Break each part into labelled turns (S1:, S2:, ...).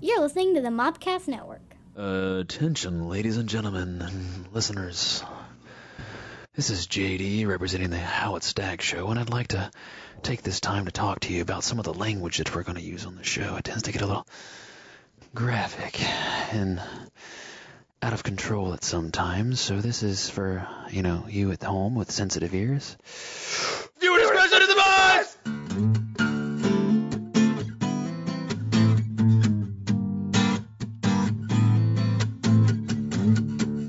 S1: You're listening to the Mobcast Network.
S2: Attention, ladies and gentlemen, and listeners. This is JD representing the How It Stack show, and I'd like to take this time to talk to you about some of the language that we're going to use on the show. It tends to get a little graphic and out of control at some times, so this is for, you know, you at home with sensitive ears.
S3: Viewer discretion is advised!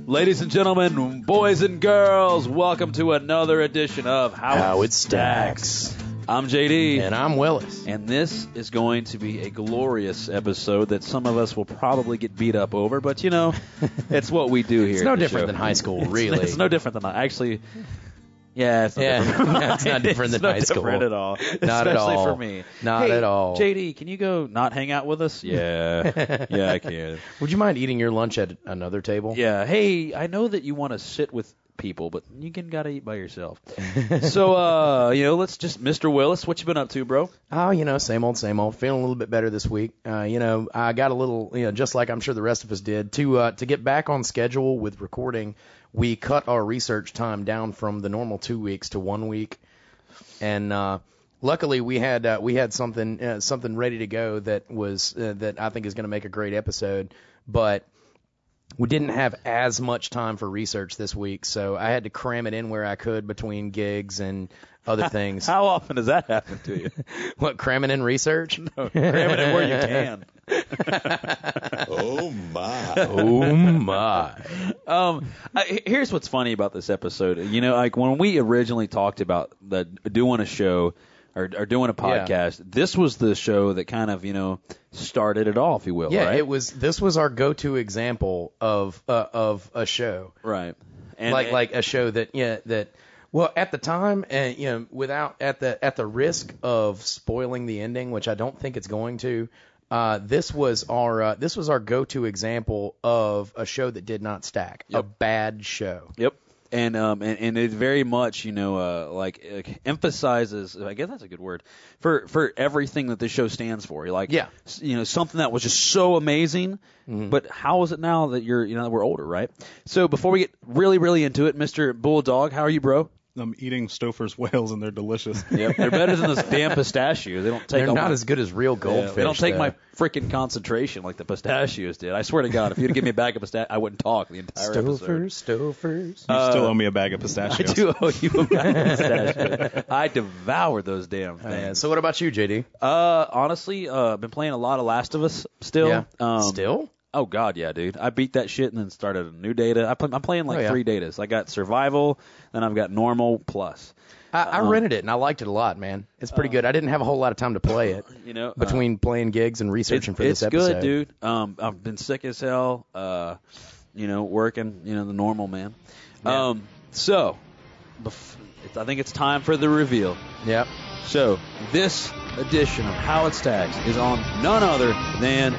S3: Ladies and gentlemen, boys and girls, welcome to another edition of How,
S4: How It Stacks.
S3: I'm JD,
S4: And I'm Willis.
S3: and this is going to be a glorious episode that some of us will probably get beat up over, but you know, it's what we do here.
S4: It's
S3: at
S4: no
S3: the
S4: different
S3: show.
S4: than high school,
S3: It's-
S4: really.
S3: It's no different than I actually. Yeah, it's no
S4: Yeah,
S3: different.
S4: yeah, it's not different
S3: It's
S4: than
S3: no
S4: high school.
S3: different at all.
S4: Not at
S3: Especially
S4: all.
S3: for me.
S4: Not
S3: Hey,
S4: at all.
S3: JD, can you go not hang out with us? Yeah, yeah, I can.
S4: Would you mind eating your lunch at another table?
S3: Yeah. Hey, I know that you want to sit with people, but you can gotta eat by yourself. so, uh, you know, let's just, Mr. Willis, what you been up to, bro?
S4: Oh, you know, same old, same old. Feeling a little bit better this week. Uh, you know, I got a little, you know, just like I'm sure the rest of us did, to uh, to get back on schedule with recording. We cut our research time down from the normal two weeks to one week, and uh, luckily we had uh, we had something uh, something ready to go that was uh, that I think is going to make a great episode, but. We didn't have as much time for research this week, so I had to cram it in where I could between gigs and other things.
S3: How often does that happen to you? Oh,
S4: what cramming in research?
S3: Cram it in where you can.
S5: Oh my!
S4: Oh my!
S3: Um, I, here's what's funny about this episode. You know, like when we originally talked about the doing a show or, or doing a
S4: Yeah.
S3: podcast, this was the show that kind of you know started it all, if you will.
S4: Yeah,
S3: right?
S4: it was. This was our go-to example of uh, of a show,
S3: right. And
S4: like like a show that yeah that well at the time and you know without at the at the risk of spoiling the ending, which I don't think it's going to. Uh, this was our uh, this was our go-to example of a show that did not stack, a bad show.
S3: Yep. And um and, and it very much you know uh like uh, emphasizes I guess that's a good word for for everything that this show stands for like
S4: Yeah. Mm-hmm.
S3: s- you know something that was just so amazing but how is it now that you're you know we're older right so before we get really really into it Mr Bulldog how are you bro
S6: I'm eating Stouffer's whales and they're delicious.
S3: Yep, they're better than those damn pistachios. They don't take.
S4: They're
S3: all
S4: not
S3: my,
S4: as good as real
S3: Yeah,
S4: goldfish.
S3: They don't take
S4: though.
S3: my freaking concentration like the pistachios did. I swear to God, if you'd give me a bag of pistachios, I wouldn't talk the entire episode.
S4: Stouffer's, Stouffer's.
S6: You still owe me a bag of pistachios.
S3: I do owe you a bag of pistachios. I devoured those damn
S4: Oh, Yeah,
S3: things.
S4: so what about you, JD?
S3: Uh, honestly, uh, been playing a lot of Last of Us still. Um,
S4: Still?
S3: Oh God, yeah, dude. I beat that shit and then started a new data. I play, I'm playing like
S4: Oh, yeah.
S3: three datas. I got survival, then I've got normal plus.
S4: I, I
S3: Um,
S4: rented it and I liked it a lot, man. It's pretty good. I didn't have a whole lot of time to play it
S3: You know, uh,
S4: between playing gigs and researching
S3: it's,
S4: for this
S3: it's
S4: episode.
S3: good, dude. Um, I've been sick as hell. Uh, you know, working. You know, the normal man. Um, so, bef- it's, I think it's time for the reveal.
S4: Yep.
S3: So, this edition of How It Stacks is on none other than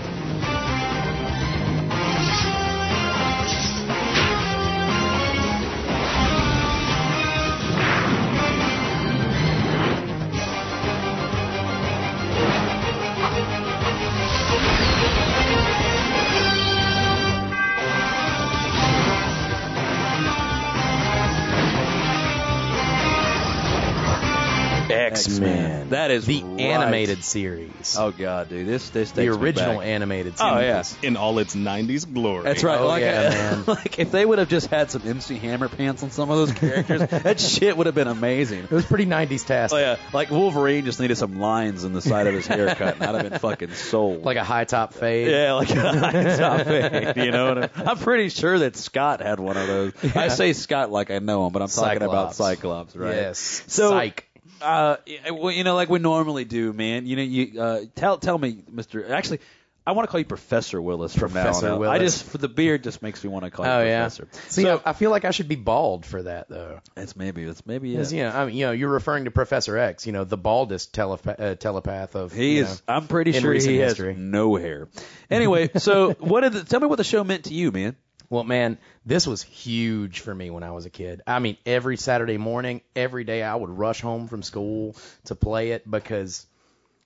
S4: X-Men.
S3: That is
S4: the
S3: right.
S4: animated series.
S3: Oh God, dude, this this
S4: the
S3: takes me
S4: original
S3: back.
S4: animated series.
S3: Oh, yeah.
S6: In all its 90s glory.
S3: That's right.
S4: Oh,
S3: like,
S4: yeah, man.
S3: like if they would have just had some MC Hammer pants on some of those characters, that shit would have been amazing.
S4: It was pretty 90s task.
S3: Oh yeah, like Wolverine just needed some lines in the side of his haircut, and I'd have been fucking sold.
S4: Like a high top fade.
S3: yeah, like a high top fade, you know. What I I'm pretty sure that Scott had one of those. I say Scott like I know him, but I'm talking about
S4: Cyclops.
S3: Cyclops, right?
S4: Yes.
S3: So,
S4: Psych.
S3: Uh, yeah, well, you know, like we normally do, man. You know, you uh, tell tell me, Mister. Actually, I want to call you Professor Willis from
S4: Professor
S3: now on. out. I
S4: Willis.
S3: just for the beard just makes me want to call
S4: Oh
S3: you
S4: yeah.
S3: Professor.
S4: See, I I feel like I should be bald for that though.
S3: That's maybe that's maybe
S4: 'Cause,
S3: it.
S4: You know, I mean, you know, you're referring to Professor X, you know, the baldest telepath, uh, telepath of.
S3: He
S4: you
S3: is.
S4: know.
S3: I'm pretty
S4: in
S3: sure
S4: recent
S3: he has
S4: history.
S3: no hair. Anyway, so what did the, tell me what the show meant to you, man?
S4: Well, man, this was huge for me when I was a kid. I mean, every Saturday morning, every day I would rush home from school to play it because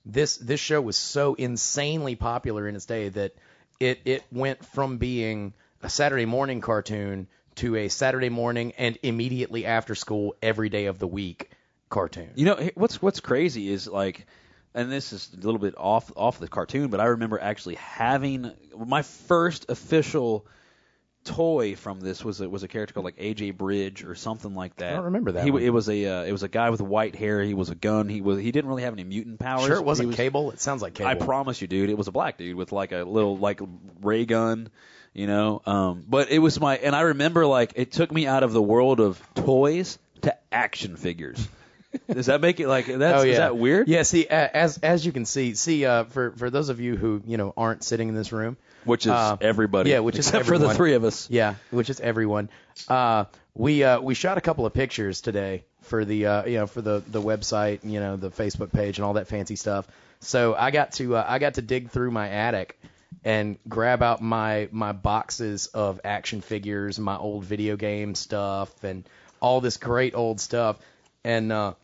S4: this this show was so insanely popular in its day that it it went from being a Saturday morning cartoon to a Saturday morning and immediately after school every day of the week cartoon.
S3: You know h- what's what's crazy is like, and this is a little bit off off the cartoon, but I remember actually having my first official toy from this was a, was a character called like AJ Bridge or something like that. I
S4: don't remember that
S3: He,
S4: one.
S3: it was a uh, it was a guy with white hair. He was a gun. He was he didn't really have any mutant powers.
S4: Sure, it wasn't
S3: He was-
S4: cable. It sounds like cable.
S3: I promise you, dude. It was a black dude with like a little like ray gun, you know. Um, but it was my and I remember like it took me out of the world of toys to action figures. Does that make it like that's
S4: oh yeah,
S3: is that weird?
S4: Yeah, see, a- as as you can see, see, uh, for for those of you who you know aren't sitting in this room,
S3: Which is
S4: Uh,
S3: everybody.
S4: yeah, which is
S3: except for the
S4: everyone.
S3: three of us.
S4: Yeah, which is everyone. Uh, we uh, we shot a couple of pictures today for the uh, you know for the the website, you know, the Facebook page and all that fancy stuff. So I got to uh, I got to dig through my attic and grab out my my boxes of action figures, my old video game stuff, and all this great old stuff. And uh,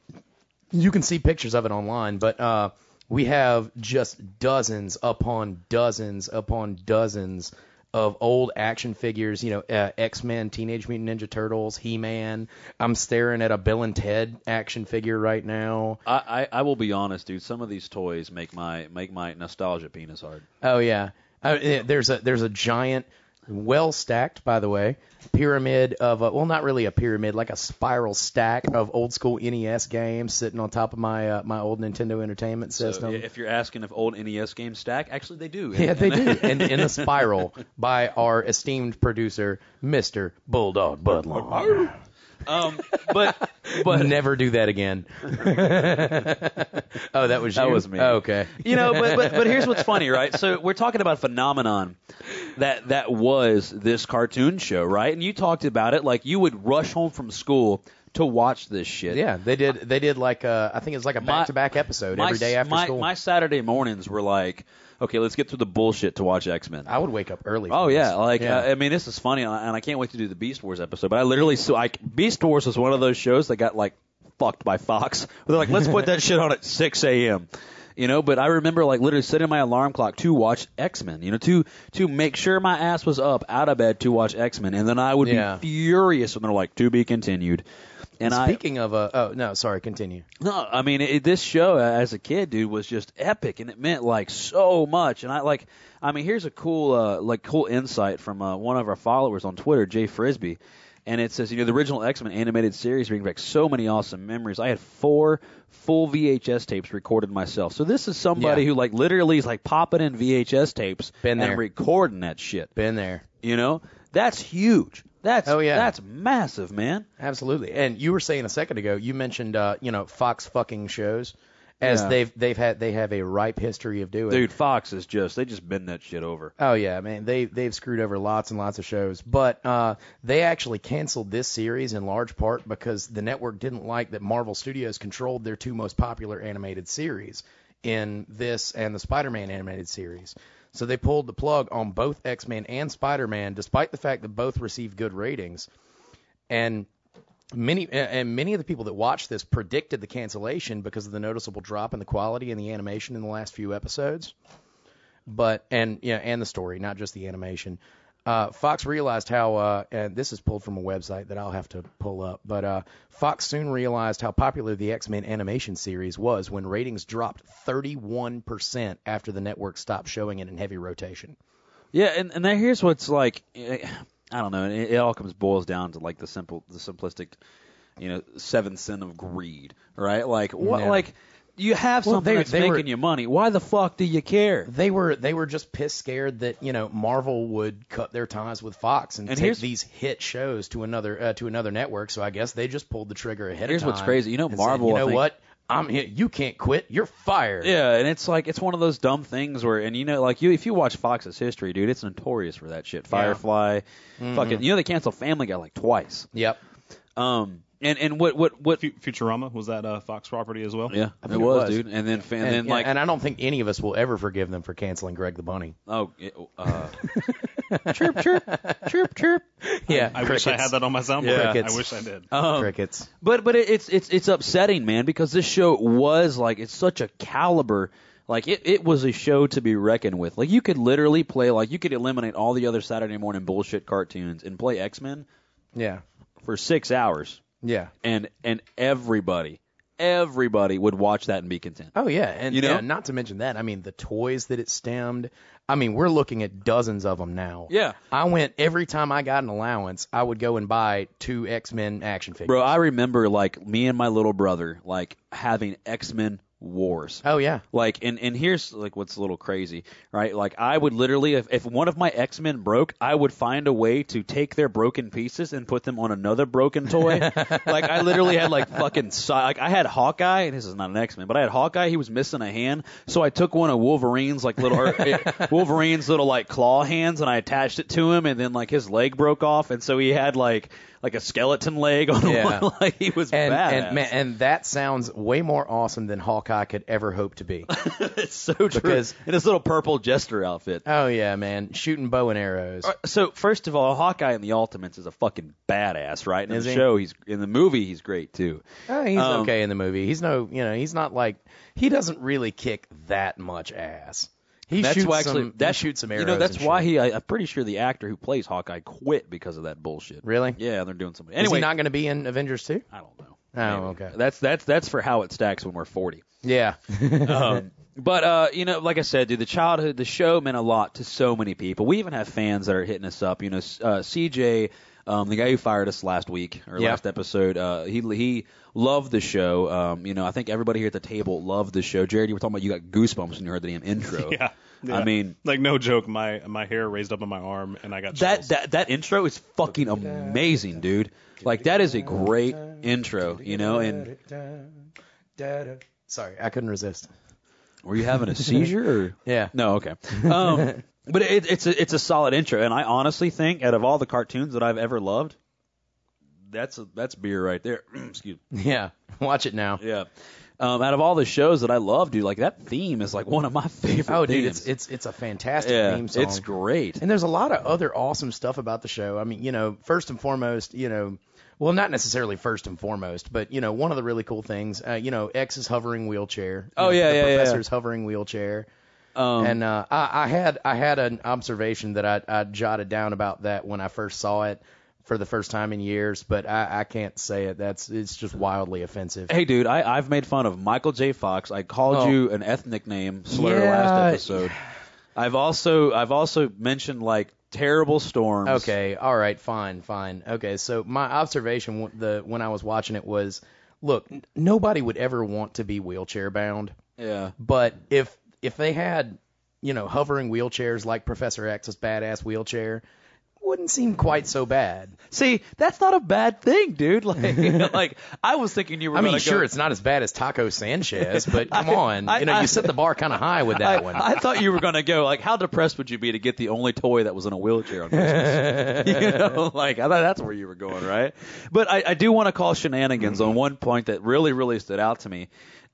S4: you can see pictures of it online, but uh, we have just dozens upon dozens upon dozens of old action figures. You know, uh, X Men, Teenage Mutant Ninja Turtles, He Man. I'm staring at a Bill and Ted action figure right now.
S3: I, I I will be honest, dude. Some of these toys make my make my nostalgia penis hard.
S4: Oh yeah, uh, yeah, there's a there's a giant, well stacked by the way, pyramid of a, well not really a pyramid like a spiral stack of old school NES games sitting on top of my uh, my old Nintendo Entertainment
S3: So
S4: System.
S3: if you're asking if old NES games stack, actually they do.
S4: Yeah, they do. And in a spiral by our esteemed producer, Mr. Bulldog Budlong.
S3: Um, but but
S4: Never do that again. oh, that was you.
S3: That was me.
S4: Okay.
S3: you know, but, but but here's what's funny, right? So we're talking about a phenomenon that that was this cartoon show, right? And you talked about it like you would rush home from school to watch this shit.
S4: Yeah, they did. They did like uh, I think it was like a
S3: My-
S4: back-to-back episode
S3: My,
S4: every day after
S3: my,
S4: school.
S3: my Saturday mornings were like, okay, let's get through the bullshit to watch X Men.
S4: I would wake up early.
S3: Oh
S4: for
S3: yeah,
S4: this.
S3: like
S4: Yeah.
S3: I, I mean, this is funny, and I and I can't wait to do the Beast Wars episode. But I literally, so I Beast Wars was one of those shows that got like fucked by Fox. They're like, let's put that shit on at 6 a.m. You know, but I remember like literally setting my alarm clock to watch X Men. You know, to to make sure my ass was up out of bed to watch X Men, and then I would
S4: Yeah.
S3: be furious when they're like, to be continued. And I
S4: Speaking of uh, oh no, sorry, continue.
S3: no, I mean it, this show uh, as a kid, dude, was just epic, and it meant like so much. And I like, I mean, here's a cool, uh, like, cool insight from uh, one of our followers on Twitter, Jay Frisbee, and it says, you know, the original X Men animated series brings back so many awesome memories. I had four full VHS tapes recorded myself. So this is somebody
S4: Yeah.
S3: who like literally is like popping in VHS tapes
S4: Been there.
S3: and recording that shit.
S4: Been there.
S3: You know, that's huge. That's
S4: Oh, yeah.
S3: that's massive, man.
S4: Absolutely. And you were saying a second ago, you mentioned uh, you know Fox fucking shows, as
S3: Yeah.
S4: they've they've had they have a ripe history of doing.
S3: Dude, Fox is just they just bend that shit over.
S4: Oh yeah, man, they they've screwed over lots and lots of shows, but uh, they actually canceled this series in large part because the network didn't like that Marvel Studios controlled their two most popular animated series in this and the Spider-Man animated series. So they pulled the plug on both X-Men and Spider-Man, despite the fact that both received good ratings, and many and many of the people that watched this predicted the cancellation because of the noticeable drop in the quality and the animation in the last few episodes but and yeah, and the story, not just the animation. Uh, Fox realized how, uh, and this is pulled from a website that I'll have to pull up, but uh, Fox soon realized how popular the X Men animation series was when ratings dropped 31% after the network stopped showing it in heavy rotation.
S3: Yeah, and and then here's what's like, eh, I don't know. It, it all comes boils down to like the simple, the simplistic, you know, seventh sin of greed, right? Like what,
S4: Yeah.
S3: like you have
S4: Well,
S3: something
S4: they-
S3: that's
S4: they
S3: making
S4: were-
S3: you money. Why the fuck do you care?
S4: They were they were just piss scared that you know Marvel would cut their ties with Fox and,
S3: And
S4: take
S3: here's-
S4: these hit shows to another uh, to another network. So I guess they just pulled the trigger ahead
S3: Here's
S4: of time.
S3: what's crazy. You know,
S4: and
S3: Marvel,
S4: Said,
S3: I
S4: you know
S3: think-
S4: what? I'm here. You can't quit. You're fired.
S3: Yeah, and it's like it's one of those dumb things where, and you know, like you, if you watch Fox's history, dude, it's notorious for that shit. Firefly,
S4: Mm-hmm.
S3: fucking, you know, they canceled Family Guy like twice.
S4: Yep.
S3: Um, and and what what what?
S6: Fu- Futurama was that uh, Fox property as well?
S3: Yeah, it was,
S4: think it was.
S3: dude. And then fa- and,
S4: And,
S3: then
S4: yeah,
S3: like
S4: and I don't think any of us will ever forgive them for canceling Greg the Bunny.
S3: oh, it- uh, chirp chirp chirp chirp.
S4: Yeah,
S6: I wish I had that on my soundboard.
S4: Yeah.
S6: I wish I did.
S3: Um,
S4: Crickets.
S3: But but it, it's it's it's upsetting, man, because this show was like it's such a caliber Like it, it was a show to be reckoned with. Like you could literally play like you could eliminate all the other Saturday morning bullshit cartoons and play X Men
S4: Yeah.
S3: for six hours,
S4: Yeah.
S3: and and everybody, everybody would watch that and be content.
S4: Oh yeah, and
S3: You know?
S4: yeah, not to mention that. I mean, the toys that it stemmed. I mean, we're looking at dozens of them now.
S3: Yeah.
S4: I went every time I got an allowance, I would go and buy two X Men action figures.
S3: Bro, I remember like me and my little brother like having X Men wars.
S4: Oh yeah.
S3: Like and and here's like what's a little crazy, right? Like I would literally if, if one of my X Men broke, I would find a way to take their broken pieces and put them on another broken toy. like I literally had like fucking si- like I had Hawkeye and this is not an X Men, but I had Hawkeye. He was missing a hand, so I took one of Wolverine's like little or, eh, Wolverine's little like claw hands and I attached it to him, and then like his leg broke off, and so he had like like a skeleton leg on
S4: Yeah.
S3: one. Like he was
S4: And
S3: badass.
S4: and man, and that sounds way more awesome than Hawkeye could ever hope to be.
S3: it's so true.
S4: because-
S3: in his little purple jester outfit.
S4: oh yeah, man, shooting bow and arrows.
S3: So first of all, Hawkeye in the Ultimates is a fucking badass, right? And in
S4: Is
S3: the
S4: he?
S3: show, he's in the movie, he's great too.
S4: Uh, he's
S3: Um,
S4: okay in the movie. He's no, you know, he's not like he doesn't really kick that much ass. He
S3: that's
S4: shoots
S3: why actually
S4: some,
S3: that
S4: he shoots some arrows.
S3: You know, that's
S4: and
S3: why
S4: shit.
S3: he. I, I'm pretty sure the actor who plays Hawkeye quit because of that bullshit.
S4: really.
S3: Yeah, they're doing something.
S4: Is
S3: Anyway,
S4: he not going to be in Avengers too?
S3: I don't know.
S4: Oh, okay.
S3: That's that's that's for how it stacks when we're 40.
S4: Yeah.
S3: Um, but uh, you know, like I said, dude, the childhood, the show meant a lot to so many people. We even have fans that are hitting us up. You know, s- uh, CJ, um, the guy who fired us last week or
S4: Yeah.
S3: last episode, uh, he he loved the show. Um, you know, I think everybody here at the table loved the show. Jared, you were talking about you got goosebumps when you heard the damn intro.
S6: Yeah, yeah.
S3: I mean.
S6: like no joke. My my hair raised up on my arm, and I got
S3: That,
S6: chills.
S3: that that intro is fucking amazing, dude. Like that is a great intro, you know. And
S4: Sorry, I couldn't resist.
S3: were you having a seizure? Or?
S4: Yeah.
S3: No, okay. Um, but it, it's a it's a solid intro, and I honestly think out of all the cartoons that I've ever loved, that's a, that's beer right there. Excuse me.
S4: Yeah. Watch it now.
S3: Yeah. Um, out of all the shows that I love, dude, like that theme is like one of my favorite.
S4: Oh, dude,
S3: themes.
S4: it's it's it's a fantastic
S3: yeah,
S4: theme song.
S3: it's great.
S4: And there's a lot of other awesome stuff about the show. I mean, you know, first and foremost, you know, well, not necessarily first and foremost, but you know, one of the really cool things, uh, you know, X's hovering wheelchair.
S3: Oh,
S4: You know,
S3: yeah,
S4: the
S3: yeah, yeah.
S4: professor's hovering wheelchair.
S3: Um,
S4: and uh, I, I had I had an observation that I, I jotted down about that when I first saw it for the first time in years, but I, I can't say it. That's it's just wildly offensive.
S3: hey, dude, I I've made fun of Michael J. Fox. I called
S4: Oh.
S3: you an ethnic name slur
S4: Yeah.
S3: last episode. I've also I've also mentioned like terrible storms.
S4: Okay, all right, fine, fine. Okay, so my observation w- the when I was watching it was, look, n- nobody would ever want to be wheelchair bound,
S3: Yeah.
S4: but if if they had, you know, hovering wheelchairs like Professor X's badass wheelchair, wouldn't seem quite so bad.
S3: See, that's not a bad thing, dude. Like, like I was thinking you were.
S4: I mean,
S3: gonna
S4: sure,
S3: go,
S4: it's not as bad as Taco Sanchez, but come on,
S3: I-
S4: you know,
S3: I-
S4: you set the bar kind of high with that
S3: I,
S4: one.
S3: I thought you were gonna go like, how depressed would you be to get the only toy that was in a wheelchair on Christmas? you know, like I thought that's where you were going, right? But I, I do want to call shenanigans
S4: Mm-hmm.
S3: on one point that really, really stood out to me,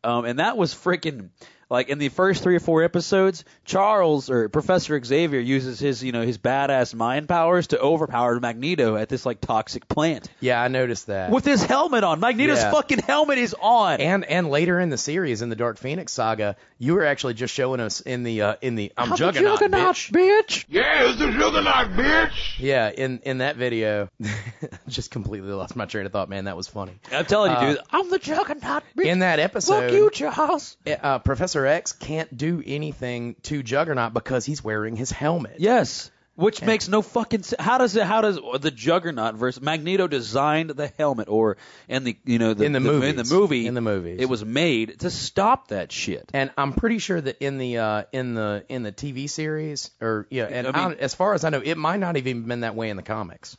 S3: um, and that was freaking like in the first three or four episodes, Charles or Professor Xavier uses his you know his badass mind powers to overpower Magneto at this like toxic plant.
S4: yeah, I noticed that.
S3: With his helmet on, Magneto's
S4: Yeah.
S3: fucking helmet is on.
S4: and and later in the series, in the Dark Phoenix saga, you were actually just showing us in the uh, in the I'm juggernaut, bitch.
S5: Yeah, it's the juggernaut, bitch.
S4: Yeah, in in that video, just completely lost my train of thought. Man, that was funny.
S3: I'm telling you, dude. I'm the juggernaut. Bitch.
S4: Uh, In that episode,
S3: Fuck you, Charles.
S4: uh, Professor X can't do anything to Juggernaut because he's wearing his helmet.
S3: Yes. Which makes no fucking sense. How does it? How does the Juggernaut versus Magneto designed the helmet, or and the you know the,
S4: In the
S3: in the
S4: movies.
S3: movie
S4: In the movies.
S3: it was made to stop that shit.
S4: And I'm pretty sure that in the uh, in the in the TV series, or yeah, and
S3: I
S4: I
S3: mean-
S4: as far as I know, it might not have even been that way in the comics.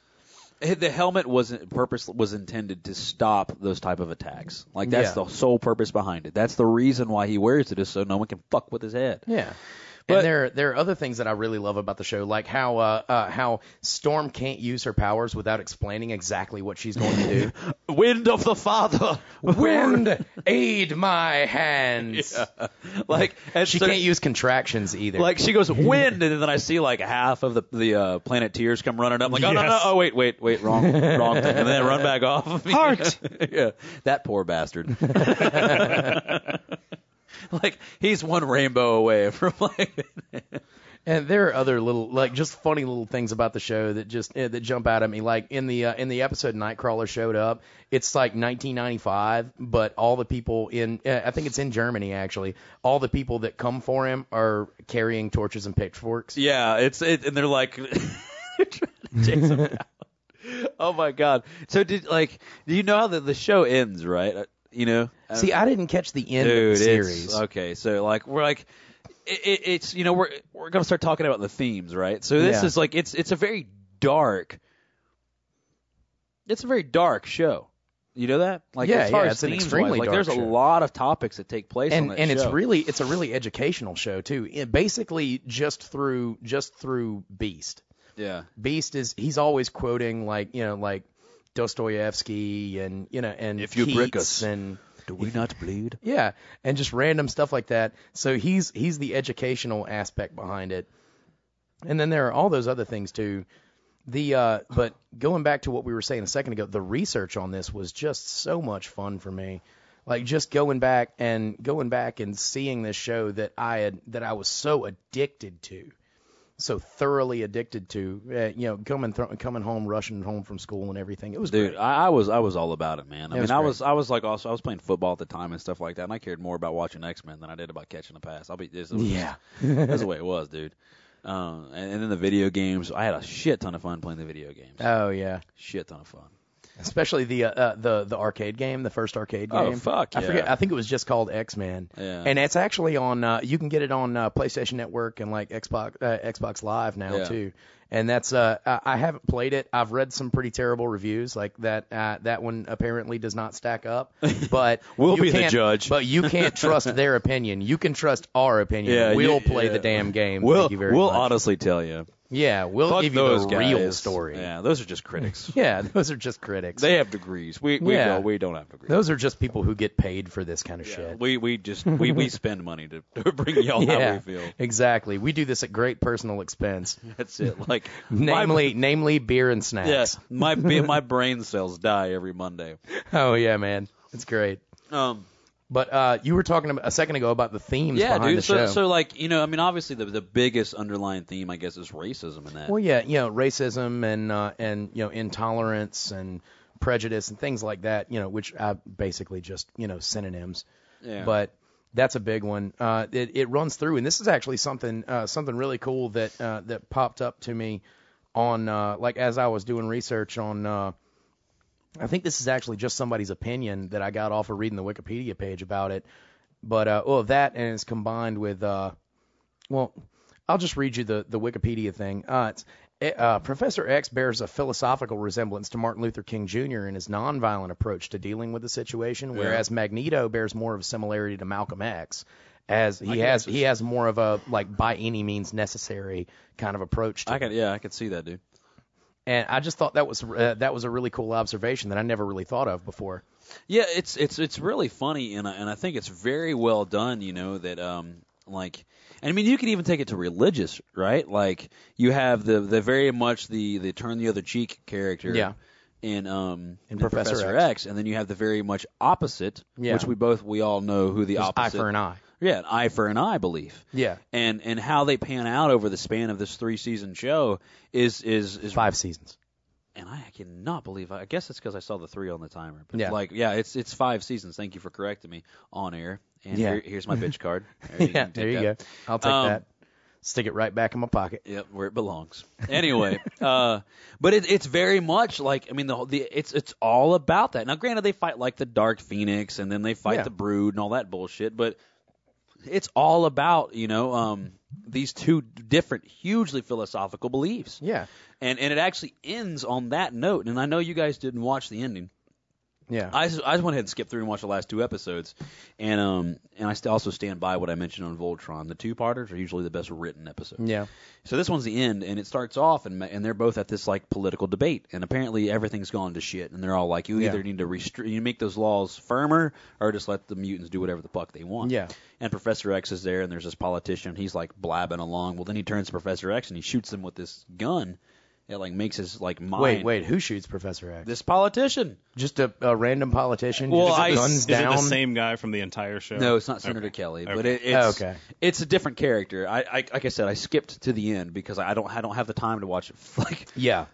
S3: Eh, The helmet wasn't purpose was intended to stop those type of attacks. Like that's
S4: Yeah.
S3: the sole purpose behind it. That's the reason why he wears it is so no one can fuck with his head.
S4: Yeah.
S3: But-
S4: and there there are other things that I really love about the show, like how uh, uh, how Storm can't use her powers without explaining exactly what she's going to do.
S3: Wind of the Father,
S4: Wind, aid my hands.
S3: like and
S4: She
S3: so-
S4: can't use contractions either.
S3: Like she goes wind, and then I see like half of the the uh, planeteers come running up. Like oh no no
S6: Yes.
S3: oh wait wait wait wrong wrong thing, and then run back off. Heart. yeah, that poor bastard. like he's one rainbow away from like.
S4: And there are other little, like, just funny little things about the show that just eh, that jump out at me. Like in the uh, in the episode Nightcrawler showed up, it's like 1995, but all the people in uh, I think it's in Germany actually. All the people that come for him are carrying torches and pitchforks.
S3: yeah, it's it, and they're like they're trying to chase him down. Oh my god! So did like do you know how the, the show ends, right? Uh, You know.
S4: See, I didn't catch the end
S3: Dude,
S4: of the
S3: it's-
S4: series.
S3: okay, so like we're like it, it, it's you know we're we're gonna start talking about the themes, right? So this
S4: Yeah.
S3: is like it's it's a very dark. It's a very dark show. You know that? Like
S4: Yeah,
S3: as far
S4: yeah,
S3: as
S4: it's an
S3: themes-wise,
S4: extremely
S3: like
S4: dark
S3: there's a
S4: show.
S3: lot of topics that take place on
S4: and
S3: that
S4: and it's
S3: show.
S4: really it's a really educational show too. It basically just through just through Beast.
S3: yeah.
S4: Beast is he's always quoting like you know like Dostoevsky and you know and
S3: If you brick
S4: Keats
S3: us.
S4: and
S3: Do we not bleed?
S4: yeah and just random stuff like that. So he's he's the educational aspect behind it, and then there are all those other things too. The uh, but going back to what we were saying a second ago, the research on this was just so much fun for me. Like just going back and going back and seeing this show that I had that I was so addicted to so thoroughly addicted to, uh, you know, coming th- coming home, rushing home from school and everything. It was
S3: Dude,
S4: great.
S3: I, I was I was all about it, man. I
S4: It
S3: mean,
S4: was
S3: I
S4: great.
S3: was I was like also I was playing football at the time and stuff like that, and I cared more about watching X Men than I did about catching a pass. I'll be this. was-
S4: Yeah.
S3: that's the way it was, dude. Um, and, and then the video games, I had a shit ton of fun playing the video games.
S4: Oh yeah,
S3: shit ton of fun.
S4: especially the uh, uh, the the arcade game, the first arcade
S3: Oh,
S4: game.
S3: fuck,
S4: I forget.
S3: yeah.
S4: I think it was just called X Men.
S3: Yeah.
S4: And it's actually on. Uh, you can get it on uh, PlayStation Network and like Xbox uh, Xbox Live now
S3: Yeah.
S4: too. And that's uh, I, I haven't played it. I've read some pretty terrible reviews. Like that uh, that one apparently does not stack up. But
S3: We'll
S4: you
S3: be the
S4: can't-
S3: judge.
S4: But you can't trust their opinion. You can trust our opinion.
S3: Yeah,
S4: we'll
S3: you-
S4: play
S3: yeah.
S4: the damn game.
S3: We'll
S4: Thank you very
S3: we'll
S4: much.
S3: honestly tell you.
S4: Yeah, we'll
S3: Fuck
S4: give you
S3: those
S4: the
S3: guys.
S4: real story. Yeah.
S3: Yeah, those are just critics.
S4: those are just critics.
S3: they have degrees. We we
S4: Yeah.
S3: don't, we don't have degrees.
S4: those are just people who get paid for this kind of shit.
S3: we we just we, we spend money to, to bring y'all how we feel.
S4: exactly. We do this at great personal expense,
S3: That's it. Like
S4: namely, namely beer and snacks.
S3: Yes, my bi- my brain cells die every Monday.
S4: Oh yeah, man, it's great.
S3: Um,
S4: But uh, you were talking about, a second ago about the themes
S3: yeah,
S4: behind
S3: dude.
S4: the
S3: so,
S4: show.
S3: so like you know, I mean, obviously the the biggest underlying theme, I guess, is racism in that.
S4: well, yeah, you know, racism and uh, and you know intolerance and prejudice and things like that. You know, which I basically just you know synonyms.
S3: yeah.
S4: but that's a big one. Uh, it, it runs through, and this is actually something uh, something really cool that uh, that popped up to me on uh, like as I was doing research on. Uh, I think this is actually just somebody's opinion that I got off of reading the Wikipedia page about it, but uh, well, that and it's combined with uh, well, I'll just read you the, the Wikipedia thing. Uh, it's, eh, uh, Professor X bears a philosophical resemblance to Martin Luther King Jr. in his nonviolent approach to dealing with the situation, whereas Magneto bears more of a similarity to Malcolm X, as he has he has more of a like by any means necessary kind of approach. To
S3: I
S4: it.
S3: can yeah, I can see that, dude.
S4: And I just thought that was uh, that was a really cool observation that I never really thought of before.
S3: Yeah, it's it's it's really funny, and I, and I think it's very well done. You know that um like, and I mean you can even take it to religious, right? Like you have the the very much the the turn the other cheek character.
S4: Yeah.
S3: In um
S4: In Professor
S3: X.
S4: X.
S3: and then you have the very much opposite,
S4: Yeah.
S3: which we both we all know who the
S4: Eye
S3: opposite
S4: for an eye.
S3: Yeah, an eye for an eye belief.
S4: Yeah.
S3: And and how they pan out over the span of this three season show is is is
S4: Five seasons.
S3: and I cannot believe I guess it's because I saw the three on the timer. But
S4: Yeah.
S3: like yeah, it's it's five seasons. Thank you for correcting me on air. And
S4: Yeah.
S3: here, here's my bitch card.
S4: Yeah, there you go. I'll take
S3: Um,
S4: that. Stick it right back in my pocket.
S3: go. Yep, where it belongs. Anyway, uh, but it, it's very much like I mean the whole- the it's it's all about that. Now, granted, they fight like the Dark Phoenix, and then they fight
S4: Yeah.
S3: the Brood and all that bullshit. But it's all about you know um, these two different, hugely philosophical beliefs.
S4: Yeah,
S3: And and it actually ends on that note. And I know you guys didn't watch the ending.
S4: yeah.
S3: I just, I just went ahead and skipped through and watched the last two episodes, and um and I st- also stand by what I mentioned on Voltron. The two parters are usually the best written episodes.
S4: Yeah.
S3: So this one's the end, and it starts off, and and they're both at this like political debate, and apparently everything's gone to shit, and they're all like, you
S4: Yeah.
S3: either need to restri- you make those laws firmer, or just let the mutants do whatever the fuck they want.
S4: Yeah.
S3: And Professor X is there, and there's this politician. He's like blabbing along. Well, then he turns to Professor X and he shoots him with this gun, It like makes his like mind.
S4: Wait, wait. Who shoots Professor X?
S3: This politician.
S4: Just a, a random politician
S3: Well,
S4: just
S3: I-
S4: guns
S3: is
S6: Is it
S4: down.
S6: the same guy from the entire show?
S3: No, it's not Senator Kelly, but it, it's
S4: Okay.
S3: it's a different character. I, I like I said, I skipped to the end because I don't I don't have the time to watch it. like
S4: Yeah,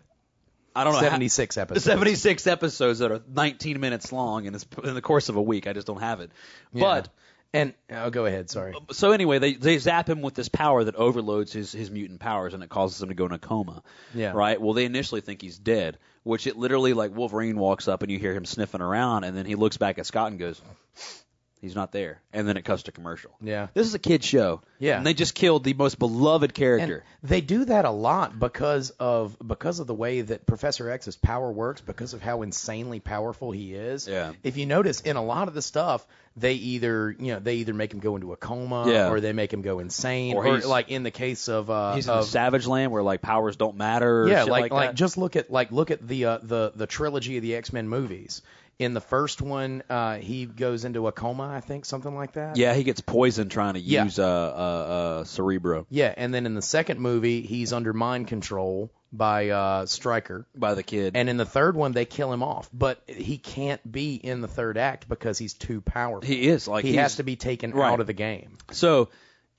S3: I don't know how-
S4: 76 episodes.
S3: 76 episodes that are 19 minutes long in, this, in the course of a week. I just don't have it. But
S4: and oh, go ahead. Sorry.
S3: so anyway, they they zap him with this power that overloads his his mutant powers and it causes him to go in a coma.
S4: Yeah.
S3: Right. Well, they initially think he's dead, which it literally like Wolverine walks up and you hear him sniffing around, and then he looks back at Scott and goes. He's not there, and then it cuts to commercial.
S4: Yeah.
S3: this is a kid show.
S4: Yeah.
S3: and they just killed the most beloved character.
S4: And they do that a lot because of because of the way that Professor X's power works, because of how insanely powerful he is.
S3: Yeah.
S4: If you notice in a lot of the stuff, they either you know they either make him go into a coma,
S3: Yeah.
S4: or they make him go insane,
S3: Or
S4: or,
S3: he's-
S4: like in the case of uh,
S3: He's in
S4: of,
S3: the Savage Land where like powers don't matter. Or
S4: yeah,
S3: shit
S4: like
S3: like, that.
S4: just look at like look at the uh, the the trilogy of the X Men movies. In the first one, uh, he goes into a coma, I think, something like that.
S3: Yeah, he gets poisoned trying to
S4: Yeah.
S3: use uh, uh, uh, Cerebro
S4: Yeah, and then in the second movie, he's under mind control by uh, Stryker.
S3: by the kid.
S4: And in the third one, they kill him off, but he can't be in the third act because he's too powerful.
S3: He is, like,
S4: he
S3: he's-
S4: has to be taken
S3: Right.
S4: out of the game.
S3: so,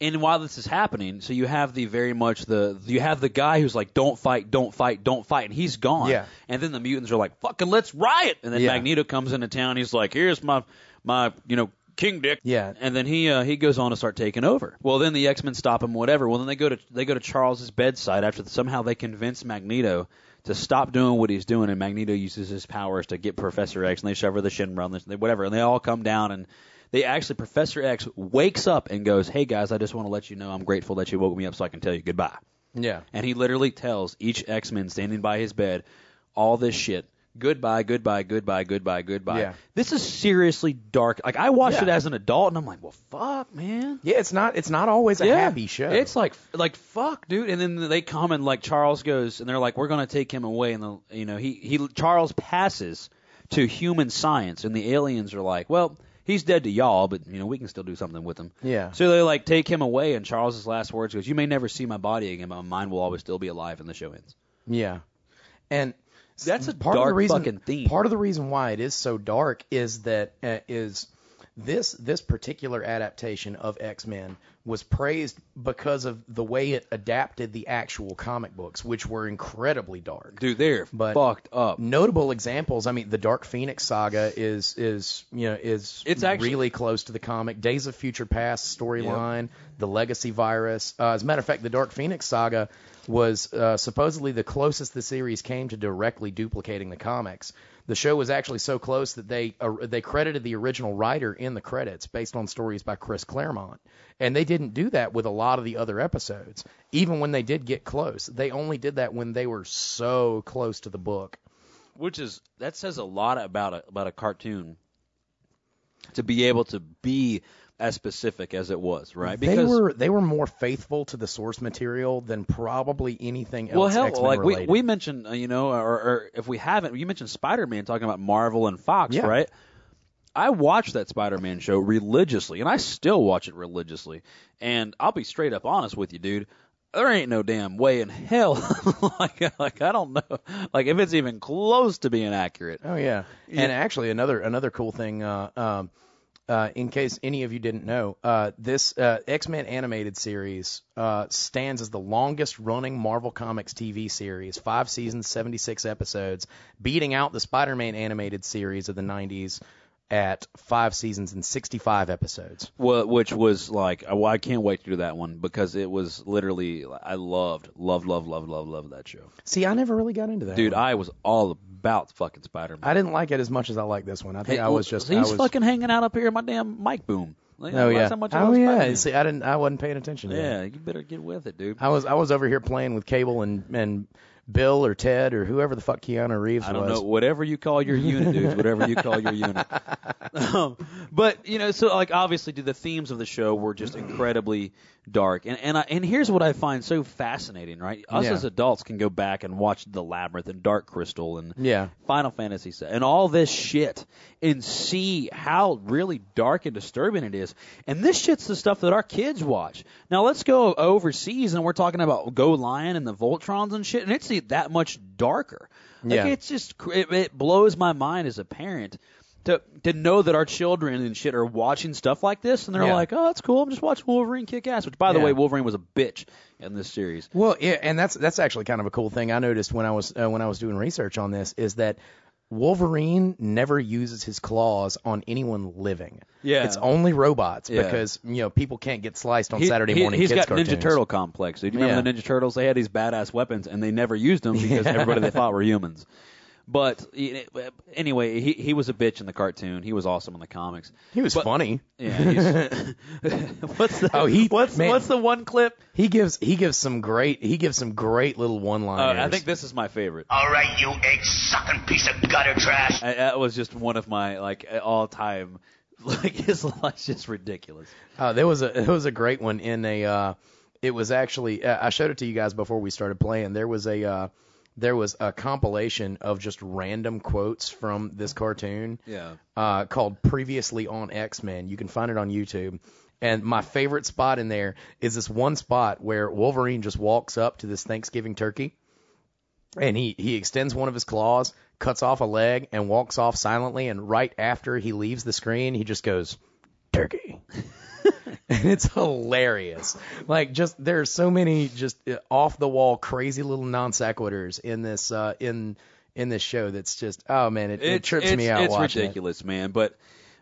S3: and while this is happening, so you have the very much the you have the guy who's like, "Don't fight, don't fight, don't fight," and he's gone.
S4: Yeah.
S3: And then the mutants are like, "Fucking let's riot!" And then
S4: Yeah.
S3: Magneto comes into town. He's like, "Here's my my you know." King Dick.
S4: Yeah.
S3: And then he uh, he goes on to start taking over. Well, then the X Men stop him. Whatever. Well, then they go to they go to Charles's bedside after somehow they convince Magneto to stop doing what he's doing, and Magneto uses his powers to get Professor X, and they shove her the shin run, they, whatever, and they all come down and. They actually, Professor X wakes up and goes, "Hey guys, I just want to let you know I'm grateful that you woke me up so I can tell you goodbye."
S4: Yeah.
S3: And he literally tells each X Men standing by his bed all this shit. Goodbye, goodbye, goodbye, goodbye, goodbye.
S4: Yeah.
S3: This is seriously dark. Like I watched
S4: Yeah.
S3: it as an adult, and I'm like, well, fuck, man.
S4: Yeah, it's not it's not always a happy show.
S3: It's like, like fuck, dude. And then they come and like Charles goes, and they're like, we're gonna take him away, and the, you know he he Charles passes to human science, and the aliens are like, well. He's dead to y'all, but you know we can still do something with him.
S4: Yeah.
S3: So they like take him away, and Charles's last words goes, "You may never see my body again, but my mind will always still be alive." And the show ends.
S4: yeah, and
S3: That's a
S4: part of
S3: dark
S4: the reason,
S3: fucking theme.
S4: Part of the reason why it is so dark is that uh, is this this particular adaptation of X Men was praised because of the way it adapted the actual comic books, which were incredibly dark.
S3: Dude, they're
S4: But-
S3: fucked up.
S4: notable examples. I mean, the Dark Phoenix saga is is you know is
S3: It's actually-
S4: really close to the comic. Days of Future Past storyline, the Legacy virus. Uh, as a matter of fact, the Dark Phoenix saga was uh, supposedly the closest the series came to directly duplicating the comics. The show was actually so close that they uh, they credited the original writer in the credits based on stories by Chris Claremont, and they didn't do that with a lot of the other episodes. Even when they did get close, they only did that when they were so close to the book.
S3: Which is that says a lot about a, about a cartoon to be able to be as specific as it was, right? Because
S4: they were they were more faithful to the source material than probably anything else.
S3: well, hell,
S4: X-Men
S3: like
S4: related.
S3: we we mentioned, uh, you know, or, or if we haven't, you mentioned Spider-Man talking about Marvel and Fox,
S4: Yeah.
S3: right? I watched that Spider-Man show religiously, and I still watch it religiously. And I'll be straight up honest with you, dude. There ain't no damn way in hell. like, like I don't know, like if it's even close to being accurate.
S4: Oh yeah. And actually, another another cool thing. Uh, um, uh, in case any of you didn't know, uh, this uh, X Men animated series uh, stands as the longest running Marvel Comics TV series, five seasons, seventy six episodes, beating out the Spider Man animated series of the '90s at five seasons and sixty five episodes.
S3: Well, which was like, I, well, I can't wait to do that one because it was literally, I loved, loved, loved, loved, loved, loved that show.
S4: See, I never really got into that.
S3: Dude,
S4: one.
S3: I was all about fucking Spider Man.
S4: I didn't like it as much as I like this one. I think I was just
S3: he's
S4: I was,
S3: fucking hanging out up here in my damn mic boom. Like,
S4: Oh
S3: that's
S4: yeah.
S3: how much I
S4: oh
S3: love
S4: yeah.
S3: Spider-Man.
S4: See, I didn't. I wasn't paying attention. To that.
S3: yeah, you better get with it, dude.
S4: I was. I was over here playing with Cable and and Bill or Ted or whoever the fuck Keanu Reeves
S3: I don't
S4: was.
S3: know. Whatever you call your unit, dude. Whatever you call your unit. Um, but you know, so like obviously, dude, the themes of the show were just incredibly dark. And and I, and here's what I find so fascinating, right? Us
S4: Yeah.
S3: as adults can go back and watch The Labyrinth and Dark Crystal and
S4: Yeah.
S3: Final Fantasy VII and all this shit and see how really dark and disturbing it is. And this shit's the stuff that our kids watch. Now let's go overseas and we're talking about Go Lion and the Voltrons and shit, and it's the it that much darker. Like
S4: Yeah.
S3: it's just cr- it, it blows my mind as a parent to to know that our children and shit are watching stuff like this and they're
S4: Yeah.
S3: like, "Oh, that's cool. I'm just watching Wolverine kick ass." Which by the
S4: Yeah.
S3: way, Wolverine was a bitch in this series.
S4: Well, yeah, and that's that's actually kind of a cool thing I noticed when I was uh, when I was doing research on this is that Wolverine never uses his claws on anyone living.
S3: Yeah.
S4: it's only robots
S3: Yeah.
S4: because you know people can't get sliced on
S3: He-
S4: Saturday
S3: he,
S4: morning.
S3: He's
S4: kids
S3: got
S4: cartoons.
S3: Ninja Turtle complex. dude. Do you remember
S4: Yeah.
S3: the Ninja Turtles? They had these badass weapons, and they never used them because everybody they fought were humans. But y- anyway, he he was a bitch in the cartoon. He was awesome in the comics.
S4: He was
S3: But-
S4: funny.
S3: Yeah. He's, what's the
S4: Oh, he-
S3: what's
S4: man.
S3: what's the one clip?
S4: He gives he gives some great he gives some great little one
S3: Uh,
S4: liners.
S3: I think this is my favorite.
S7: All right, you egg-sucking piece of gutter trash.
S3: I, that was just one of my like all time. Like his life's just ridiculous.
S4: Uh, there was a there was a great one in a. Uh, it was actually uh, I showed it to you guys before we started playing. There was a uh, there was a compilation of just random quotes from this cartoon.
S3: Yeah.
S4: Uh, called previously on X Men. You can find it on YouTube. And my favorite spot in there is this one spot where Wolverine just walks up to this Thanksgiving turkey and he he extends one of his claws, cuts off a leg, and walks off silently. And right after he leaves the screen, he just goes turkey, and it's hilarious. Like just there are so many just off the wall crazy little non sequiturs in this uh, in in this show that's just oh man it, it,
S3: It's-
S4: trips
S3: it's,
S4: me out
S3: It's
S4: watching it.
S3: ridiculous, man. But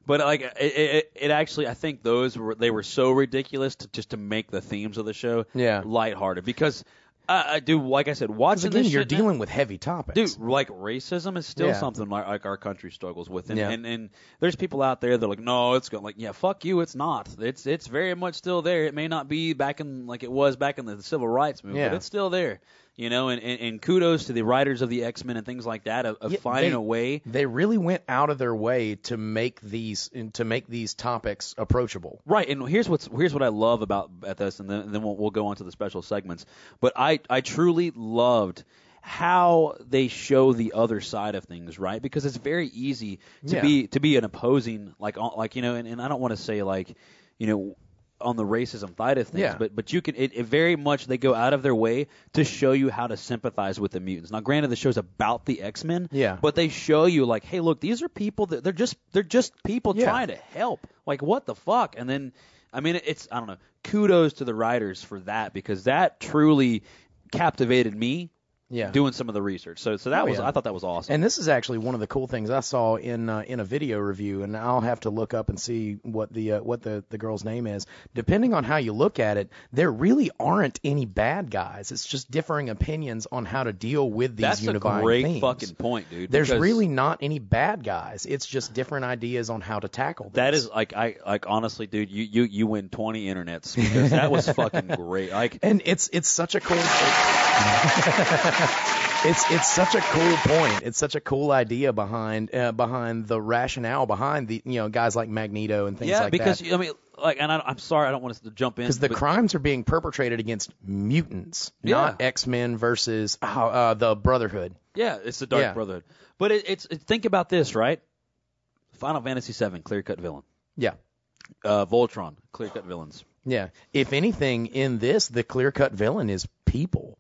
S3: but like it, it, it actually, I think those were they were so ridiculous to just to make the themes of the show
S4: Yeah.
S3: lighthearted because I, I do like I said watching
S4: 'Cause Again,
S3: this
S4: you're
S3: shit now-
S4: dealing with heavy topics.
S3: Dude, like racism is still
S4: Yeah.
S3: something like, like our country struggles with, and,
S4: Yeah.
S3: and and there's people out there that are like, no, it's going like, yeah, fuck you, it's not. It's it's very much still there. It may not be back in like it was back in the civil rights movement,
S4: Yeah.
S3: but it's still there. You know, and, and, and kudos to the writers of the X Men and things like that of, of
S4: Yeah,
S3: finding
S4: they-
S3: a way.
S4: They really went out of their way to make these to make these topics approachable.
S3: Right, and here's what's here's what I love about at this, and then, and then we'll, we'll go on to the special segments. But I I truly loved how they show the other side of things, right? Because it's very easy to
S4: Yeah.
S3: be to be an opposing, like on- like you know, and, and I don't want to say like, you know, on the racism side of things,
S4: Yeah.
S3: but but you can it, it very much they go out of their way to show you how to sympathize with the mutants. Now, granted, the show's about the X Men,
S4: Yeah.
S3: but they show you like, hey, look, these are people that they're just they're just people
S4: Yeah.
S3: trying to help. Like, what the fuck? And then, I mean, it's I don't know. Kudos to the writers for that because that truly captivated me.
S4: Yeah. Oh,
S3: Doing some of the research, so so that was I thought that was awesome.
S4: And this is actually one of the cool things I saw in uh, in a video review, and I'll have to look up and see what the uh, what the, the girl's name is. Depending on how you look at it, there really aren't any bad guys. It's just differing opinions on how to deal with these
S3: That's a
S4: unifying
S3: great
S4: themes.
S3: fucking point, dude.
S4: There's
S3: because-
S4: really not any bad guys. It's just different ideas on how to tackle. This.
S3: That is like I like honestly, dude. You you you win twenty internets because that was fucking great. Like
S4: and it's it's such a cool it's it's such a cool point it's such a cool idea behind uh, behind the rationale behind the you know guys like magneto and things
S3: yeah,
S4: like
S3: because
S4: that
S3: I mean like, and I, I'm sorry, I don't want us to jump in
S4: because the
S3: but-
S4: crimes are being perpetrated against mutants
S3: Yeah.
S4: not x-men versus uh, uh, the brotherhood
S3: Yeah, it's the Dark
S4: Yeah.
S3: Brotherhood. But it, it's it, think about this, right? Final Fantasy VII, clear cut villain.
S4: yeah
S3: Uh, Voltron, clear cut villains.
S4: yeah if anything in this the clear cut villain is people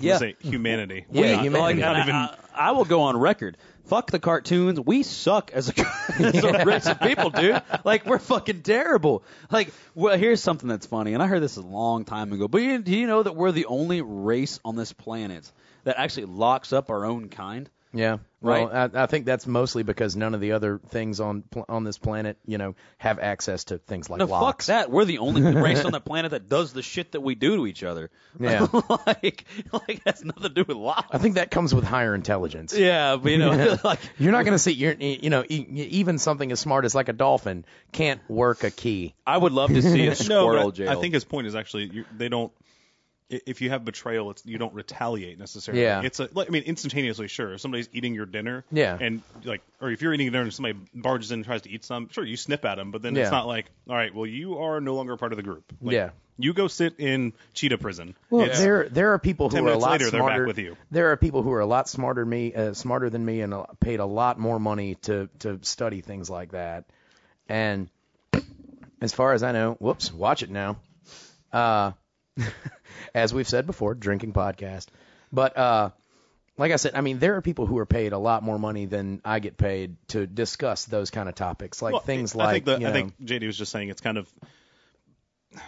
S3: Yeah,
S6: Say humanity.
S4: Yeah,
S6: We're not-
S4: humanity.
S6: not
S3: I,
S6: even-
S3: I, I will go on record. Fuck the cartoons. We suck as a, as a race of people, dude. Like we're fucking terrible. Like, well, here's something that's funny, and I heard this a long time ago. But you, do you know that we're the only race on this planet that actually locks up our own kind?
S4: Yeah. Well,
S3: Right.
S4: I, I think that's mostly because none of the other things on pl- on this planet, you know, have access to things like
S3: No, fuck
S4: locks.
S3: that. We're the only race on the planet that does the shit that we do to each other.
S4: Yeah.
S3: like, like that's nothing to do with locks.
S4: I think that comes with higher intelligence.
S3: Yeah, but you know, like,
S4: You're not going to see you're, you know e- even something as smart as like a dolphin can't work a key.
S3: I would love to see a
S6: No, but
S3: squirrel
S6: I-
S3: jail.
S6: I think his point is actually you, they don't. i- If you have betrayal, it's, you don't retaliate necessarily.
S4: Yeah.
S6: It's a, like, I mean, instantaneously, sure. If somebody's eating your dinner,
S4: Yeah.
S6: and like, or if you're eating dinner and somebody barges in and tries to eat some, sure, you snip at them, but then
S4: Yeah.
S6: it's not like, all right, well, you are no longer a part of the group. Like,
S4: Yeah.
S6: You go sit in cheetah prison.
S4: Well,
S6: It's-
S4: there there are people who
S6: Ten
S4: are a
S6: minutes
S4: lot
S6: later, they're back
S4: smarter.
S6: with you.
S4: There are people who are a lot smarter me uh, smarter than me and uh, paid a lot more money to to study things like that. And as far as I know, whoops, watch it now. Uh, as we've said before, drinking podcast. But uh, like I said, I mean, there are people who are paid a lot more money than I get paid to discuss those kind of topics, like
S6: Well,
S4: things
S6: I
S4: like
S6: think the,
S4: you
S6: I
S4: know,
S6: think JD was just saying it's kind of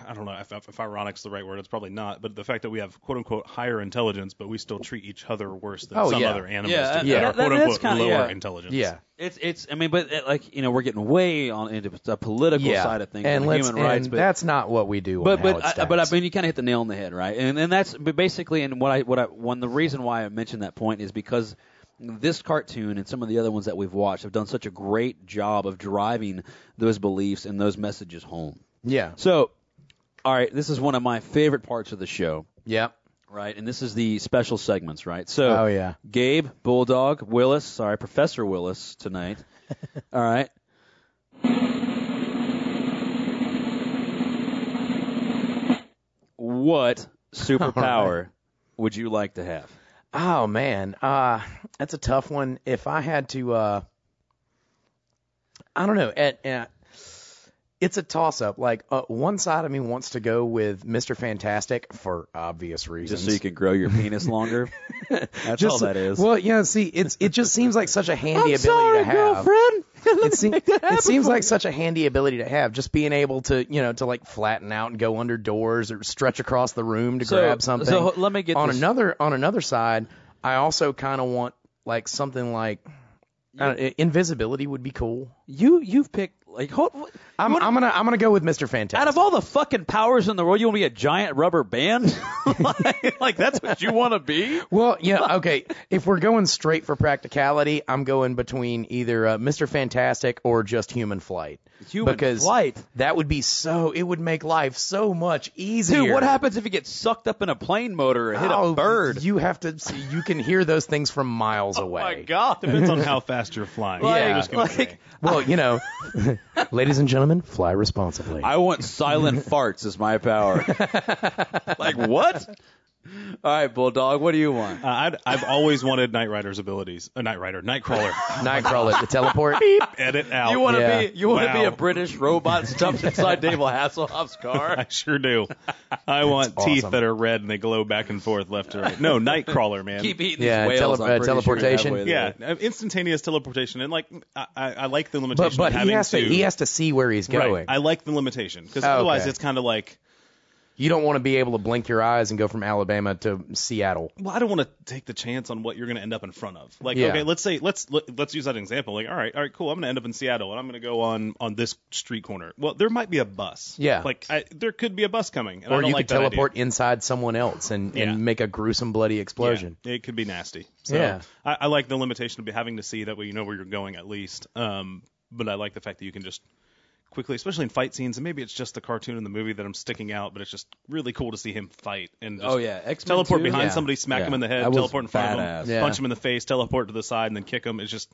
S6: I don't know if, if ironic's the right word. It's probably not, but the fact that we have quote unquote higher intelligence, but we still treat each other worse than
S4: Oh,
S6: some
S4: yeah.
S6: other animals
S3: Yeah,
S6: do.
S3: yeah.
S6: that are
S3: That- that-
S6: quote
S3: that's
S6: unquote
S3: kinda-
S6: lower
S3: yeah.
S6: intelligence.
S4: yeah.
S3: It's it's I mean, but it, like you know, we're getting way on into the political
S4: Yeah,
S3: side of things
S4: and
S3: and,
S4: let's,
S3: human rights.
S4: and
S3: But
S4: that's not what we do.
S3: but
S4: on
S3: but
S4: how it
S3: I, but I
S4: stacks.
S3: mean, you kind of hit the nail on the head, right? And and that's but basically, and what I what I one the reason why I mentioned that point is because this cartoon and some of the other ones that we've watched have done such a great job of driving those beliefs and those messages home.
S4: yeah,
S3: So, all right, this is one of my favorite parts of the show,
S4: yeah,
S3: right? And this is the special segments, right? So,
S4: oh yeah,
S3: Gabe, Bulldog, Willis, sorry, Professor Willis tonight. All right. What superpower would you like to have?
S4: oh man, uh, that's a tough one. If I had to, uh, I don't know, at, at it's a toss up. Like uh, one side of me wants to go with Mister Fantastic for obvious reasons.
S3: Just so you can grow your penis longer? That's all
S4: Just-
S3: that is.
S4: Well, yeah. See, it's it just seems like such a handy ability to have. It, seem, it seems like such a handy ability to have, just being able to, you know, to like flatten out and go under doors or stretch across the room to
S3: So-
S4: grab something.
S3: so let me get
S4: on
S3: this-
S4: another on another side. I also kind of want like something like I don't- i- invisibility would be cool.
S3: You you've picked like hold,
S4: I'm, I'm gonna I'm gonna go with Mr. Fantastic.
S3: out of all the fucking powers in the world, you want to be a giant rubber band? like, like that's what you want to be?
S4: Well, yeah, okay. if we're going straight for practicality, I'm going between either uh, Mr. Fantastic or just Human Flight.
S3: Human
S4: because
S3: flight?
S4: That would be so. It would make life so much easier.
S3: Dude, what happens if you get sucked up in a plane motor or hit
S4: Oh,
S3: a bird?
S4: You have to. see, You can hear those things from miles
S6: Oh
S4: away.
S3: Oh My God.
S6: Depends on how fast you're flying.
S3: Like,
S4: Yeah.
S6: Just gonna
S3: like,
S6: say.
S4: Well, you know, ladies and gentlemen, fly responsibly.
S3: I want silent farts as my power. like what? All right, bulldog. What do you want?
S6: Uh, I'd, I've always wanted Knight Rider's abilities. A uh, Knight Rider, Nightcrawler.
S4: Nightcrawler, the teleport.
S6: Edit out.
S3: You want to
S4: yeah.
S3: be you want to be
S6: Wow.
S3: a British robot stuffed inside David Hasselhoff's car?
S6: I sure do. I want
S4: That's
S6: teeth
S4: awesome.
S6: that are red and they glow back and forth left to right. No, Nightcrawler, man.
S3: Keep eating
S4: Yeah,
S3: these whales.
S4: tele-
S3: I'm
S4: uh,
S3: pretty sure you're
S4: teleportation.
S3: halfway
S6: yeah,
S3: there.
S6: uh, instantaneous teleportation, and like I, I I like the limitation.
S4: But but
S6: of
S4: he
S6: having
S4: has to,
S6: to
S4: he has to see where he's
S6: Right.
S4: going.
S6: I like the limitation because
S4: Oh,
S6: otherwise
S4: okay.
S6: it's kind of like,
S4: you don't want to be able to blink your eyes and go from Alabama to Seattle.
S6: well, I don't want to take the chance on what you're going to end up in front of. Like,
S4: Yeah.
S6: okay, let's say let's let, let's use that example. Like, all right, all right, cool. I'm going to end up in Seattle, and I'm going to go on on this street corner. Well, there might be a bus.
S4: Yeah.
S6: Like, I, there could be a bus coming, and I
S4: Or
S6: don't
S4: you
S6: like
S4: could
S6: that idea.
S4: teleport inside someone else and,
S6: Yeah.
S4: and make a gruesome, bloody explosion.
S6: Yeah, it could be nasty. So
S4: Yeah.
S6: I, I like the limitation of having to see that way you know where you're going at least. Um, but I like the fact that you can just quickly, especially in fight scenes, and maybe it's just the cartoon and the movie that I'm sticking out, but it's just really cool to see him fight and just
S3: Oh, yeah. X-Men
S6: teleport
S3: 2?
S6: behind
S4: Yeah.
S6: somebody, smack
S3: Yeah.
S6: him in the head,
S3: That was
S6: teleport in front of
S3: badass.
S6: him,
S4: Yeah.
S6: punch him in the face, teleport to the side, and then kick him. It's just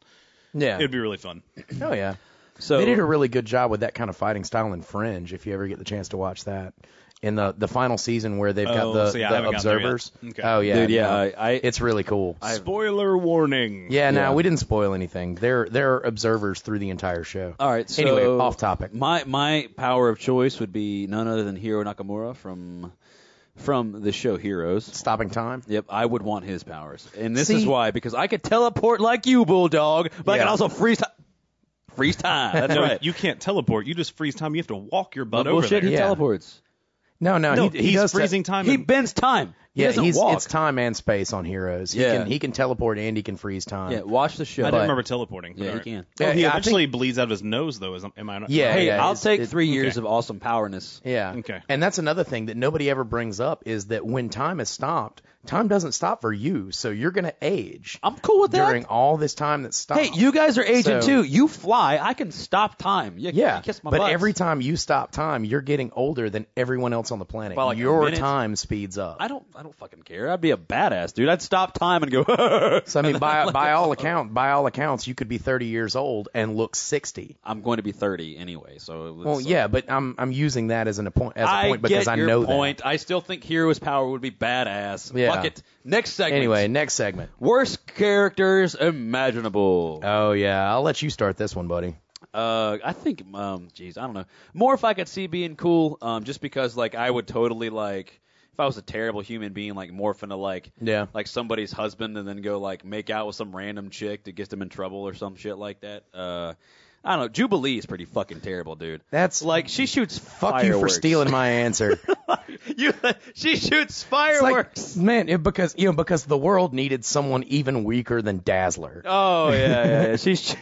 S4: Yeah.
S6: it'd be really fun.
S4: oh, yeah.
S3: So
S4: They did a really good job with that kind of fighting style in Fringe, if you ever get the chance to watch that. In the, the final season where they've got
S6: Oh,
S4: the,
S6: see, I
S4: the
S6: haven't gotten there yet.
S4: observers.
S6: Okay.
S4: Oh, yeah.
S3: dude, yeah,
S4: no.
S3: I, I
S4: it's really cool.
S6: Spoiler warning.
S4: yeah, no,
S3: yeah.
S4: we didn't spoil anything. There, there are observers through the entire show.
S3: all right. So
S4: anyway, off topic.
S3: My my power of choice would be none other than Hiro Nakamura from from the show Heroes.
S4: Stopping time.
S3: Yep, I would want his powers, and this
S4: See-
S3: is why because I could teleport like you, bulldog, but I can
S4: Yeah.
S3: also freeze time. Freeze time. That's
S6: No,
S3: right.
S6: you can't teleport. You just freeze time. You have to walk your butt
S3: but
S6: over
S3: bullshit.
S6: there.
S3: He
S4: Yeah.
S3: teleports.
S4: No, no,
S6: No,
S4: he, he
S6: he's
S4: does te-
S6: freezing time.
S3: He
S6: and-
S3: bends time. He
S4: yeah,
S3: doesn't
S4: he's
S3: walk.
S4: it's time and space on Heroes.
S3: Yeah.
S4: He can he can teleport and he can freeze time.
S3: Yeah, watch the show.
S6: I
S3: But-
S6: didn't remember teleporting. but
S3: Yeah,
S6: all
S3: he
S6: right.
S3: can.
S6: Oh, he
S4: Yeah, I
S6: eventually bleeds out of his nose, though. Is am I not?
S4: Yeah,
S3: Hey,
S4: yeah,
S3: I'll
S4: it's-
S3: take
S4: it's-
S3: three years
S6: okay.
S3: of awesome powerness.
S4: Yeah.
S6: Okay.
S4: And that's another thing that nobody ever brings up is that when time is stopped, time doesn't stop for you, so you're gonna age
S3: I'm cool with that.
S4: during all this time that's stopped.
S3: hey, you guys are aging
S4: So-
S3: too. You fly. I can stop time. You,
S4: Yeah,
S3: you kiss my
S4: but
S3: butts.
S4: every time you stop time, you're getting older than everyone else on the planet.
S3: By like a
S4: Your
S3: minute.
S4: time speeds up.
S3: I don't. I don't fucking care. I'd be a badass, dude. I'd stop time and go.
S4: so I mean, by by all account, by all accounts, you could be 30 years old and look 60.
S3: I'm going to be 30 anyway, so. it's,
S4: Well,
S3: uh,
S4: yeah, but I'm I'm using that as an appoint as a point
S3: I get
S4: because I
S3: your
S4: know
S3: point. I still think Hero's power would be badass.
S4: Yeah.
S3: Fuck it. Next
S4: that.
S3: segment.
S4: Anyway, next segment.
S3: worst characters imaginable.
S4: Oh yeah, I'll let you start this one, buddy.
S3: Uh, I think, um, jeez, I don't know. More if I could see being cool, um, just because like I would totally like. if I was a terrible human being, like morph into like
S4: Yeah.
S3: like somebody's husband and then go like make out with some random chick that gets them in trouble or some shit like that. Uh, I don't know. Jubilee is pretty fucking terrible, dude.
S4: That's
S3: Like she shoots
S4: fuck you for
S3: fireworks.
S4: stealing my answer.
S3: you, she shoots
S4: It's like,
S3: fireworks.
S4: man, it, because you know, because the world needed someone even weaker than Dazzler.
S3: oh yeah, yeah, yeah. She sh-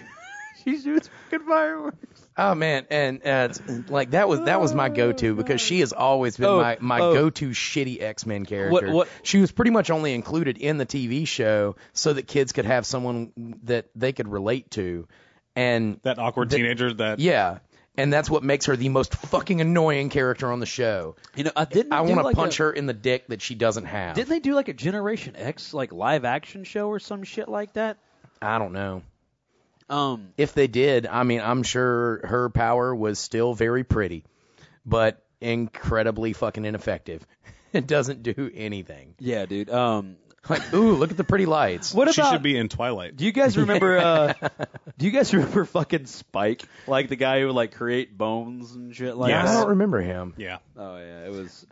S3: she shoots fucking fireworks.
S4: Oh man, and uh, it's- like that was that was my go-to because she has always been
S3: Oh,
S4: my, my
S3: oh.
S4: go-to shitty X-Men character.
S3: what-
S4: She was pretty much only included in the TV show so that kids could have someone that they could relate to, and
S6: That awkward teenager that
S4: yeah, and that's what makes her the most fucking annoying character on the show.
S3: You know, I didn't.
S4: I
S3: do,
S4: want to
S3: like,
S4: punch
S3: a-
S4: her in the dick that she doesn't have.
S3: Didn't they do like a Generation X like live action show or some shit like that?
S4: I don't know.
S3: Um,
S4: if they did, I mean, I'm sure her power was still very pretty, but incredibly fucking ineffective. It doesn't do anything.
S3: yeah, dude. Um,
S4: Like, ooh, look at the pretty lights.
S3: what
S6: she
S3: about?
S6: should be in Twilight.
S3: do you guys remember? uh Do you guys remember fucking Spike, like the guy who would like create bones and shit like
S4: I
S6: Yes.
S4: don't
S3: that?
S4: remember him.
S6: Yeah.
S3: Oh yeah, it was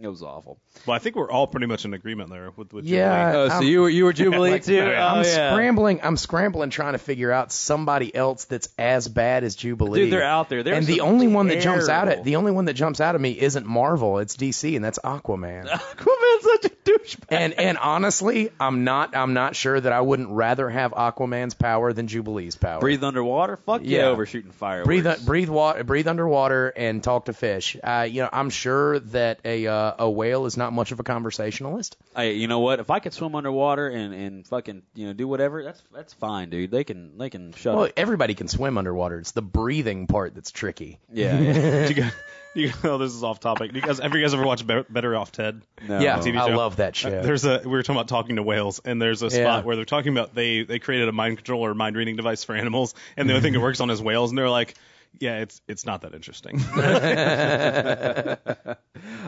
S3: it was awful.
S6: Well, I think we're all pretty much in agreement there with, with
S4: Yeah.
S6: Jubilee.
S3: Oh, so
S4: I'm-
S3: you were you were Jubilee
S6: like,
S3: too?
S6: I-
S3: oh,
S4: I'm
S3: yeah.
S4: scrambling. I'm scrambling trying to figure out somebody else that's as bad as Jubilee.
S3: Dude, they're out there. There
S4: and
S3: are
S4: the
S3: some
S4: only one that jumps out at
S3: terrible-
S4: the only one that jumps out at me isn't Marvel. It's DC, and that's Aquaman.
S3: Aquaman's such a douchebag.
S4: and and honestly, I'm not I'm not sure that I wouldn't rather have Aquaman's power than Jubilee's power.
S3: Breathe underwater. Fuck yeah,
S4: Yeah.
S3: over shooting fireworks.
S4: breathe breathe water breathe underwater and talk to fish. Uh, you know, I'm sure that a uh, a whale is not much of a conversationalist.
S3: Hey, you know what? If I could swim underwater and and fucking you know do whatever, that's that's fine, dude. They can they can shut
S4: Well,
S3: up.
S4: everybody can swim underwater. It's the breathing part that's tricky.
S3: Yeah. yeah.
S6: Do you guys, do you, oh, this is off topic. Do you guys, have you guys ever watched Better, Better Off Ted?
S3: No.
S4: yeah,
S6: TV
S4: Uh, I
S6: show.
S4: love that show.
S6: There's a we were talking about talking to whales, and there's a spot
S4: Yeah.
S6: where they're talking about they they created a mind control or mind reading device for animals, and the only thing that works on is whales, and they're like, yeah, it's it's not that interesting.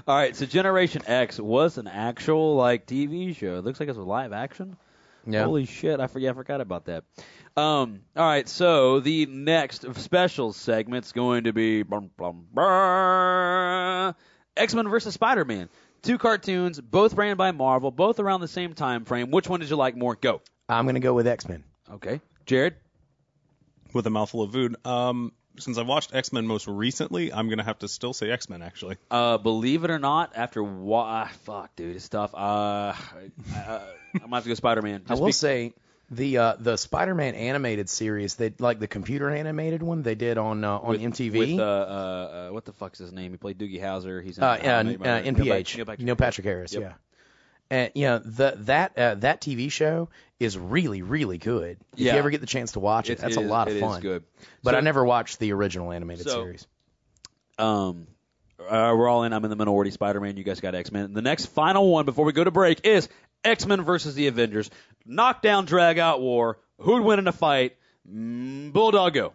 S3: All right. So Generation X was an actual like TV show. It looks like it's a live action.
S4: yeah.
S3: Holy shit! I forget. I forgot about that. Um. All right. So the next special segment's going to be X Men versus Spider Man. Two cartoons, both ran by Marvel, both around the same time frame. Which one did you like more? Go.
S4: I'm gonna go with X Men.
S3: Okay. Jared.
S6: With a mouthful of food. Um, since I watched X Men most recently, I'm gonna have to still say X Men actually.
S3: Uh, believe it or not, after why fuck, dude, it's tough. Uh, I, uh, I'm gonna have to go Spider Man.
S4: I will say the uh, the Spider Man animated series, they like the computer animated one they did on uh, on MTV.
S3: With, uh, uh, uh, what the fuck's his name? He played Doogie Howser. He's in,
S4: uh,
S3: I don't know,
S4: uh,
S3: you might
S4: uh,
S3: remember. Neil
S4: NPH,
S3: Pat- Neil Patrick
S4: Neil Patrick Harris,
S3: Yep.
S4: yeah. And you know the, that uh, that TV show is really really good. If
S3: Yeah.
S4: you ever get the chance to watch it,
S3: It's-
S4: that's
S3: it
S4: a
S3: is-
S4: lot of
S3: it is
S4: fun.
S3: good.
S4: But
S3: So-
S4: I never watched the original animated
S3: So-
S4: series.
S3: um, uh, we're all in. I'm in the minority. Spider-Man. You guys got X-Men. The next final one before we go to break is X-Men versus the Avengers. Knockdown, drag-out war. Who'd win in a fight? Mm, Bulldog go.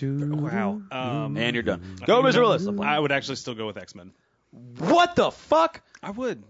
S6: Wow. Um,
S3: And you're done. Go, Mr. Willis.
S6: I would actually still go with X Men.
S3: What the fuck?
S6: I would.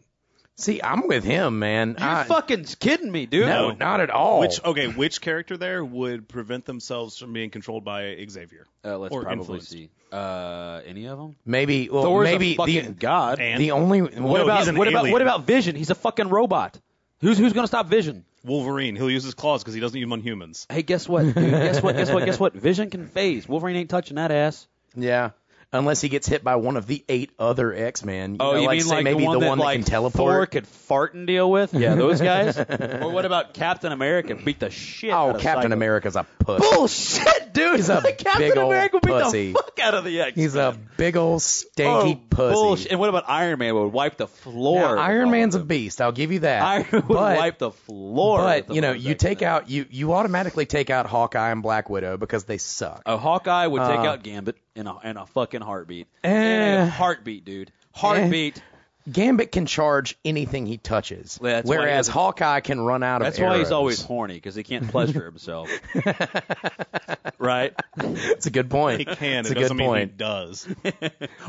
S4: See, I'm with him, man.
S3: You're
S4: I-
S3: fucking kidding me, dude.
S4: no, not at all.
S6: Which oh, okay, which character there would prevent themselves from being controlled by Xavier?
S3: Uh, let's
S6: Or
S3: probably
S6: influenced.
S3: see. Uh, any of them?
S4: maybe well,
S3: Thor's
S4: maybe
S3: a fucking
S4: the
S3: god.
S6: And
S4: the only what
S3: what
S6: No,
S3: about
S6: he's an
S3: what about
S6: alien.
S3: what about Vision? He's a fucking robot. Who's who's gonna stop Vision?
S6: Wolverine, he'll use his claws because he doesn't use them on humans.
S3: Hey, guess what, dude? guess what? Guess what? Guess what? Vision can phase. Wolverine ain't touching that ass.
S4: yeah. Unless he gets hit by one of the eight other X-Men. You know, like, say maybe the one that
S3: Oh, like
S4: can
S3: Thor
S4: teleport? Oh,
S3: could fart and deal with? Yeah, those guys. or what about Captain America? Beat the shit.
S4: oh,
S3: out of
S4: Captain
S3: Cyclops.
S4: America's a puss.
S3: Bullshit, dude.
S4: He's a
S3: Captain
S4: big old
S3: America beat
S4: pussy.
S3: the fuck out of the X.
S4: He's a big old stanky pussy.
S3: Bullshit. Oh, And what about Iron Man? Would wipe the floor.
S4: Now,
S3: with all
S4: Iron Man's
S3: of
S4: a
S3: them.
S4: beast. I'll give you that.
S3: Iron would
S4: but,
S3: wipe the floor. with
S4: but
S3: the
S4: you know,
S3: most
S4: you
S3: X-Men.
S4: take out you you automatically take out Hawkeye and Black Widow because they suck.
S3: A Hawkeye would take out Gambit in a in a fucking heartbeat. in
S4: uh, Eh.
S3: a heartbeat, dude. Heartbeat.
S4: Gambit can charge anything he touches,
S3: Yeah, that's why he
S4: whereas
S3: doesn't-
S4: Hawkeye can run out of.
S3: That's why he's
S4: arrows.
S3: always horny because he can't pleasure himself. right?
S4: It's a good point.
S6: He can.
S4: It's
S6: it
S4: a
S6: doesn't
S4: good
S6: mean
S4: point.
S6: he does.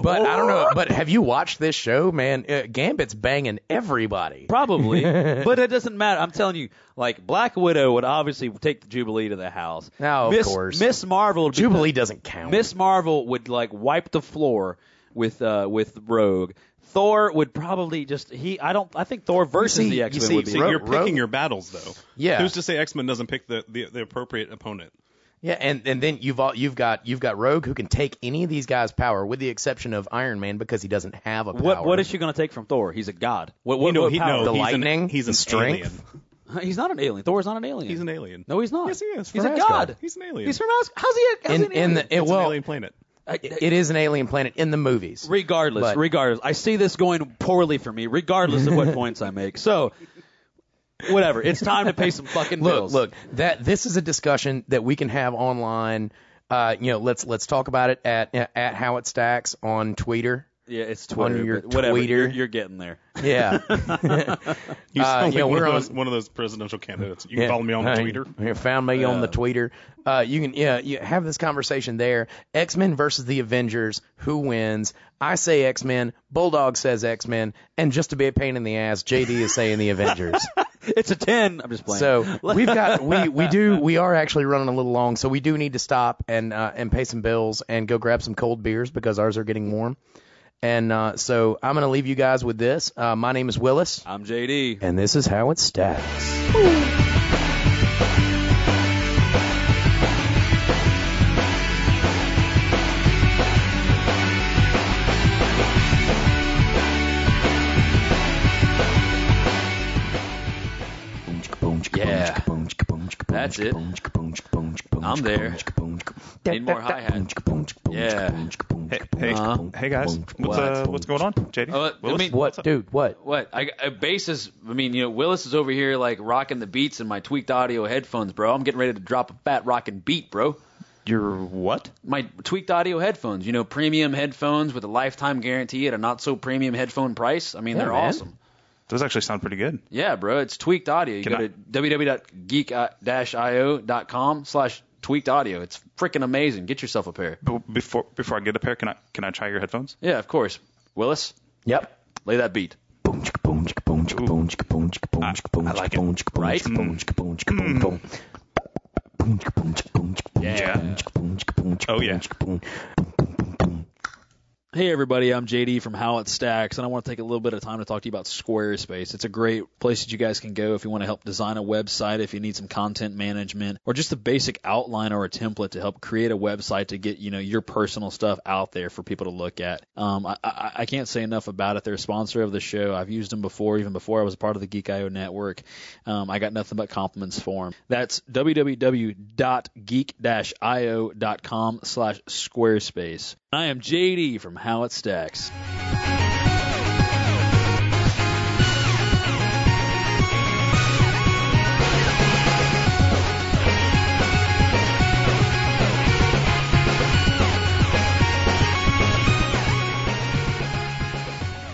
S4: But I don't know. But have you watched this show, man? Uh, Gambit's banging everybody.
S3: Probably, but it doesn't matter. I'm telling you, like Black Widow would obviously take the Jubilee to the house.
S4: No, of
S3: Miss,
S4: course.
S3: Miss Marvel. would be-
S4: Jubilee doesn't count.
S3: Miss Marvel would like wipe the floor with uh with Rogue. Thor would probably just he. I don't. I think Thor versus
S4: see-
S3: the
S4: you
S3: X Men
S4: see-
S3: would be.
S6: See,
S4: Ro-
S6: you're
S4: Ro-
S6: picking your battles though.
S4: Yeah.
S6: Who's to say X Men doesn't pick the, the, the appropriate opponent?
S4: Yeah, and, and then you've all, you've got you've got Rogue who can take any of these guys' power with the exception of Iron Man because he doesn't have a power.
S3: what what is she going to take from Thor? He's a god. What what,
S6: You know,
S3: what
S6: he-
S3: power?
S6: no,
S4: The
S6: he's an-
S4: lightning,
S6: he's
S4: the
S6: an
S4: strength.
S3: He's not an alien. Thor's not an alien.
S6: He's an alien.
S3: No, he's not.
S6: Yes, he is.
S3: He's
S6: From
S3: a
S6: Asgard.
S3: god.
S6: He's an alien.
S3: He's from Asgard. How's he? a- How's
S4: In,
S3: he an alien?
S4: in the, it,
S6: It's an
S4: well,
S6: alien planet.
S3: I-
S4: it is an alien planet in the movies.
S3: Regardless,
S4: But-
S3: regardless, I see this going poorly for me. Regardless of what points I make, so whatever. It's time to pay some fucking
S4: look,
S3: bills.
S4: look, that this is a discussion that we can have online. Uh, you know, let's let's talk about it at at how it stacks on Twitter.
S3: yeah, it's Twitter.
S4: your
S3: but whatever,
S4: Twitter.
S3: You're, you're getting there.
S4: Yeah,
S6: You
S4: Uh,
S6: sound
S4: yeah,
S6: like one
S4: we're
S6: of, those,
S4: on-
S6: one of those presidential candidates. You
S4: Yeah.
S6: can follow me on
S4: Hey,
S6: Twitter.
S4: You found me on the Twitter. Uh, you can yeah, you have this conversation there. X Men versus the Avengers. Who wins? I say X Men. Bulldog says X Men. And just to be a pain in the ass, JD is saying the Avengers.
S3: It's a ten. I'm just playing.
S4: so we've got we we do we are actually running a little long, so we do need to stop and uh, and pay some bills and go grab some cold beers because ours are getting warm. And uh, so I'm gonna leave you guys with this. Uh, my name is Willis,
S3: I'm JD.
S4: and this is how it stacks.
S3: Yeah. That's it. I'm there. Need more hi hats. Yeah. Uh-huh.
S6: Hey, hey, hey guys, what's uh, what's going on, JD?
S3: Uh, I
S6: Willis?
S3: mean-
S4: What, dude? What?
S3: What? I, I bass is. I mean, you know, Willis is over here like rocking the beats in my tweaked audio headphones, bro. I'm getting ready to drop a fat rocking beat, bro.
S6: You're what?
S3: My tweaked audio headphones, you know, premium headphones with a lifetime guarantee at a not so premium headphone price. I mean, they're
S4: man.
S3: awesome.
S6: Those actually sound pretty good.
S3: Yeah, bro, it's tweaked audio. You
S6: Can
S3: go
S6: I-
S3: to www.geek-io.com slash tweaked audio. It's freaking amazing. Get yourself a pair.
S6: But before before I get a pair, can I can I try your headphones?
S3: Yeah, of course. Willis,
S4: Yep.
S3: lay that beat. Right?
S6: Mm.
S3: Yeah.
S6: Oh yeah.
S3: Hey everybody, I'm JD from How It Stacks, and I want to take a little bit of time to talk to you about Squarespace. It's a great place that you guys can go if you want to help design a website, if you need some content management, or just a basic outline or a template to help create a website to get you know your personal stuff out there for people to look at. Um, I, I, I can't say enough about it. They're a sponsor of the show. I've used them before, even before I was a part of the Geek.io network. Um, I got nothing but compliments for them. That's www.geek-io.com slash Squarespace. I am JD from How It Stacks.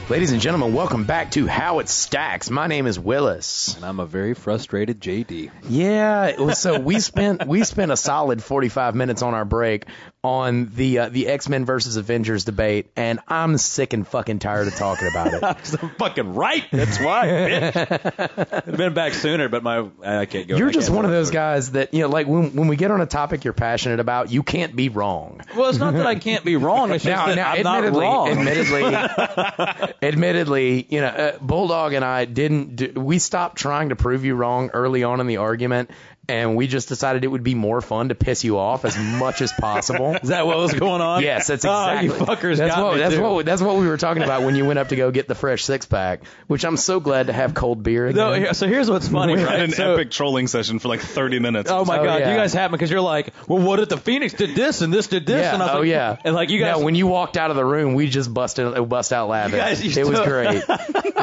S4: Ladies and gentlemen, welcome back to How It Stacks. My name is Willis.
S3: And I'm a very frustrated JD.
S4: Yeah, it was- so we spent we spent a solid 45 minutes on our break on the uh, the X-Men versus Avengers debate and I'm sick and fucking tired of talking about it.
S3: fucking right. That's why, bitch. I'd been back sooner, but my I can't go.
S4: You're
S3: I
S4: just
S3: can't
S4: one of
S3: go.
S4: those guys that, you know, like when when we get on a topic you're passionate about, you can't be wrong.
S3: Well, it's not that I can't be wrong. It's just that I'm not wrong.
S4: Admittedly, admittedly, you know, uh, Bulldog and I didn't. Do, we stopped trying to prove you wrong early on in the argument, and we just decided it would be more fun to piss you off as much as possible.
S3: Is that what was going on?
S4: Yes, that's
S3: Oh,
S4: exactly.
S3: you fuckers
S4: that's
S3: got
S4: what,
S3: me
S4: that's
S3: too.
S4: what that's what we were talking about when you went up to go get the fresh six pack, which I'm so glad to have cold beer again.
S3: No, here- so here's what's funny,
S6: We
S3: right?
S6: had an
S3: So-
S6: epic trolling session for like 30 minutes.
S3: Oh my
S4: Oh,
S3: god,
S4: yeah.
S3: you guys have me because you're like, well, what if the Phoenix did this and this did this?
S4: Yeah.
S3: And I was
S4: oh
S3: like,
S4: yeah.
S3: And like you guys,
S4: No, when you walked out of the room, we just busted uh, bust out laughing.
S3: guys used
S4: it was
S3: to-
S4: great.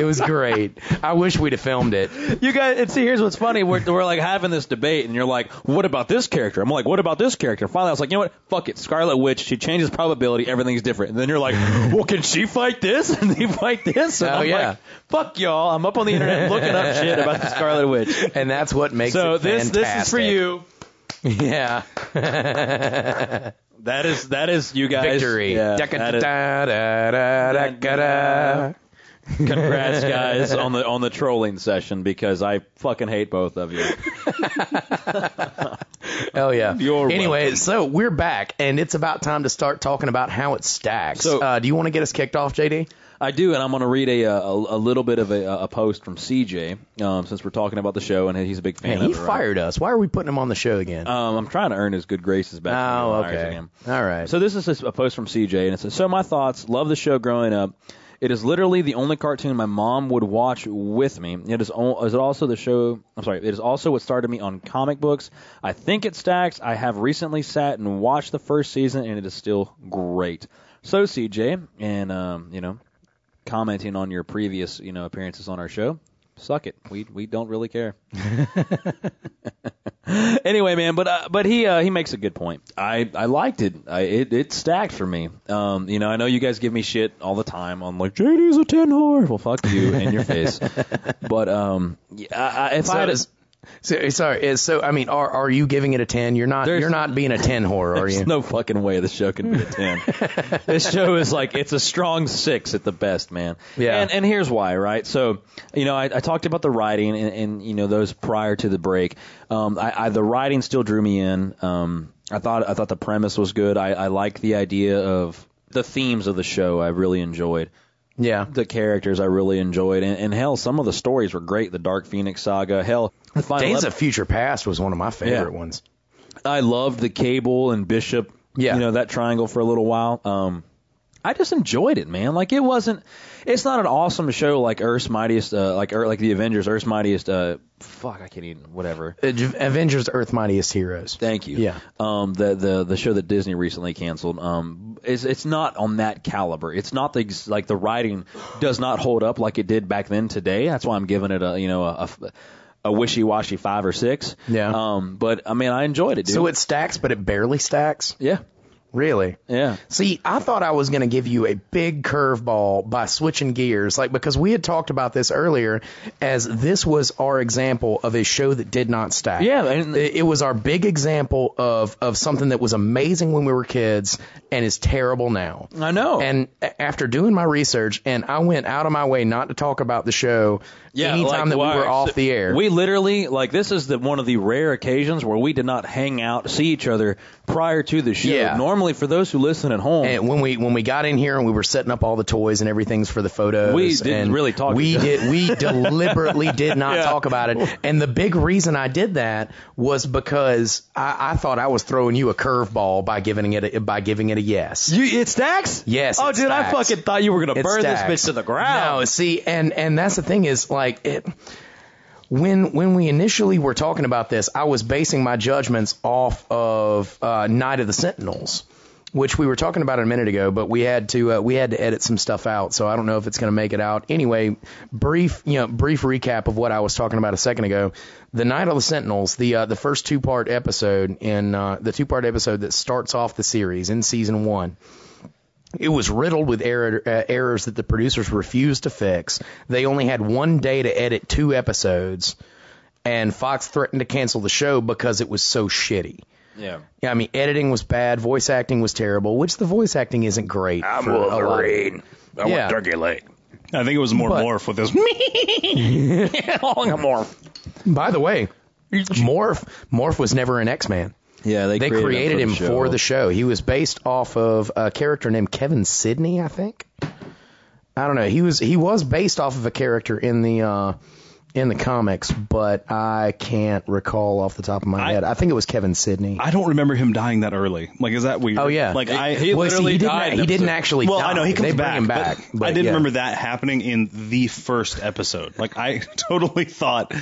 S4: it was great. I wish we'd have filmed it.
S3: you guys, and see, here's what's funny. We're, we're like having this debate, and you're like, what about this character? I'm like, what about this character? Finally, I was like, you know what? Fuck it. Scarlet Witch, she changes probability, everything's different. And then you're like, well, can she fight this? And they fight this? And
S4: Oh,
S3: I'm
S4: yeah.
S3: like, fuck y'all. I'm up on the internet looking up shit about the Scarlet Witch.
S4: and that's what makes
S3: So
S4: it
S3: this this is for you.
S4: fantastic. Yeah,
S3: That is that is you guys.
S4: victory.
S3: Yeah, that is-
S4: Da-ka-da-da-da-da-ka-da.
S8: Congrats, guys, on the on the trolling session because I fucking hate both of you.
S4: Oh yeah.
S8: You're
S4: anyway, so we're back, and it's about time to start talking about how it stacks.
S8: So-
S4: uh, do you want to get us kicked off, JD?
S3: I do, and I'm going to read a, a a little bit of a, a post from CJ um, since we're talking about the show, and he's a big fan
S4: Man,
S3: of
S4: he
S3: it, right?
S4: fired us. Why are we putting him on the show again?
S3: Um, I'm trying to earn his good graces back.
S4: oh,
S3: when he hires
S4: okay.
S3: Him.
S4: All right.
S3: So this is a- a post from CJ, and it says, "So my thoughts. Love the show growing up. It is literally the only cartoon my mom would watch with me. It is, al- is it also the show. I'm sorry. It is also what started me on comic books. I think it stacks. I have recently sat and watched the first season, and it is still great. So CJ, and um, you know, commenting on your previous you know appearances on our show." Suck it. We we don't really care. anyway, man, but uh, but he uh, he makes a good point. I I liked it. I it, it stacked for me. Um, you know, I know you guys give me shit all the time on like JD's a ten whore. Well, fuck you in your face. But um, yeah, I, I- if I had a,
S4: is- so, sorry. is- So I mean, are are you giving it a ten? You're not.
S3: There's-
S4: You're not being a ten whore, are
S3: there's
S4: you?
S3: no fucking way the show can be a ten. this show is like it's a strong six at the best, man.
S4: Yeah.
S3: And and here's why, right? So you know, I, I talked about the writing and, and you know those prior to the break. Um, I, I the writing still drew me in. Um, I thought I thought the premise was good. I I liked the idea of the themes of the show. I really enjoyed
S4: yeah.
S3: the characters. I really enjoyed, and, and hell, some of the stories were great. The Dark Phoenix saga, hell, the final
S4: Days
S3: episode-
S4: of Future Past was one of my favorite
S3: Yeah.
S4: ones.
S3: I loved the Cable and Bishop.
S4: Yeah.
S3: You know that triangle for a little while. Um, I just enjoyed it, man. Like it wasn't. It's not an awesome show like Earth's Mightiest, uh, like Earth, like the Avengers, Earth's Mightiest. Uh, fuck, I can't even whatever.
S4: Ad- Avengers: Earth Mightiest Heroes.
S3: Thank you.
S4: Yeah.
S3: Um, the the the show that Disney recently canceled. Um, is it's not on that caliber. It's not the ex- like the writing does not hold up like it did back then today. That's why I'm giving it a you know a. a f- a wishy-washy five or six.
S4: Yeah.
S3: Um. But I mean, I enjoyed it, dude.
S4: So it stacks, but it barely stacks.
S3: yeah.
S4: Really?
S3: Yeah.
S4: See, I thought I was going to give you a big curveball by switching gears, like because we had talked about this earlier, as this was our example of a show that did not stack.
S3: Yeah, and-
S4: it, it was our big example of of something that was amazing when we were kids and is terrible now.
S3: I know.
S4: And a- after doing my research, and I went out of my way not to talk about the show anytime
S3: like,
S4: that we
S3: why-
S4: were off the air.
S3: We literally like this is the one of the rare occasions where we did not hang out, see each other prior to the show.
S4: Yeah.
S3: Normally, for those who listen at home,
S4: And when we when we got in here and we were setting up all the toys and everything's for the photos,
S3: We didn't
S4: and
S3: really talk
S4: We
S3: to each
S4: did. We deliberately did not
S3: Yeah.
S4: talk about it. And the big reason I did that was because I, I thought I was throwing you a curveball by giving it a, by giving it a yes.
S3: you, it stacks.
S4: Yes,
S3: Oh,
S4: it
S3: dude,
S4: stacks.
S3: I fucking thought you were gonna
S4: It
S3: burn
S4: stacks.
S3: this bitch to the ground.
S4: No, see, and and that's the thing is like it. When when we initially were talking about this, I was basing my judgments off of uh, Night of the Sentinels, which we were talking about a minute ago, but we had to uh, we had to edit some stuff out, so I don't know if it's going to make it out. Anyway, brief you know brief recap of what I was talking about a second ago. The Night of the Sentinels, the uh, the first two part episode in uh, the two part episode that starts off the series in season one it was riddled with error, uh, errors that the producers refused to fix. They only had one day to edit two episodes, and Fox threatened to cancel the show because it was so shitty.
S3: yeah.
S4: Yeah, I mean, editing was bad, voice acting was terrible, which the voice acting isn't great. I'm Wolverine. I yeah. want
S6: I think it was more
S4: But-
S6: morph with this.
S4: By the way, Morph Morph was never an X Man.
S3: Yeah. They,
S4: They created him for the
S3: show.
S4: show. He was based off of a character named Kevin Sidney, I think. I don't know. He was he was based off of a character in the uh, in the comics, but I can't recall off the top of my
S6: I-
S4: head. I think it was Kevin Sidney.
S6: I don't remember him dying that early. Like, is that weird?
S4: oh yeah,
S6: Like I
S4: he, well, see,
S3: literally
S4: he didn't,
S3: died in
S4: He didn't
S3: episode-
S4: actually.
S6: Well,
S4: die.
S6: I know he comes
S4: they
S6: back.
S4: Bring him
S6: but
S4: back. But,
S6: I didn't
S4: yeah.
S6: remember that happening in the first episode. Like I totally thought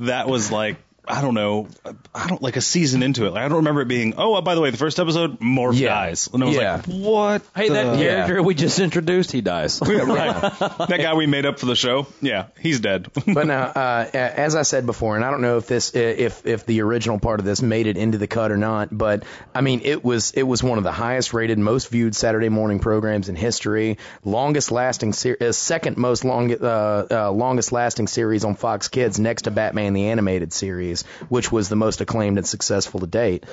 S6: that was like I don't know, I don't like a season into it. Like I don't remember it being. Oh, by the way, the first episode, Morph
S4: Yeah.
S6: dies, and I was
S4: Yeah.
S6: like, what?
S3: Hey, that
S6: the-
S3: character we just introduced, he dies.
S6: right. that guy we made up for the show. Yeah, he's dead.
S4: but now, uh, a- as I said before, and I don't know if this, if if the original part of this made it into the cut or not, but I mean, it was it was one of the highest rated, most viewed Saturday morning programs in history, longest lasting, ser- uh, second most long, uh, uh, longest lasting series on Fox Kids, next to Batman the Animated Series, which was the most acclaimed and successful to date.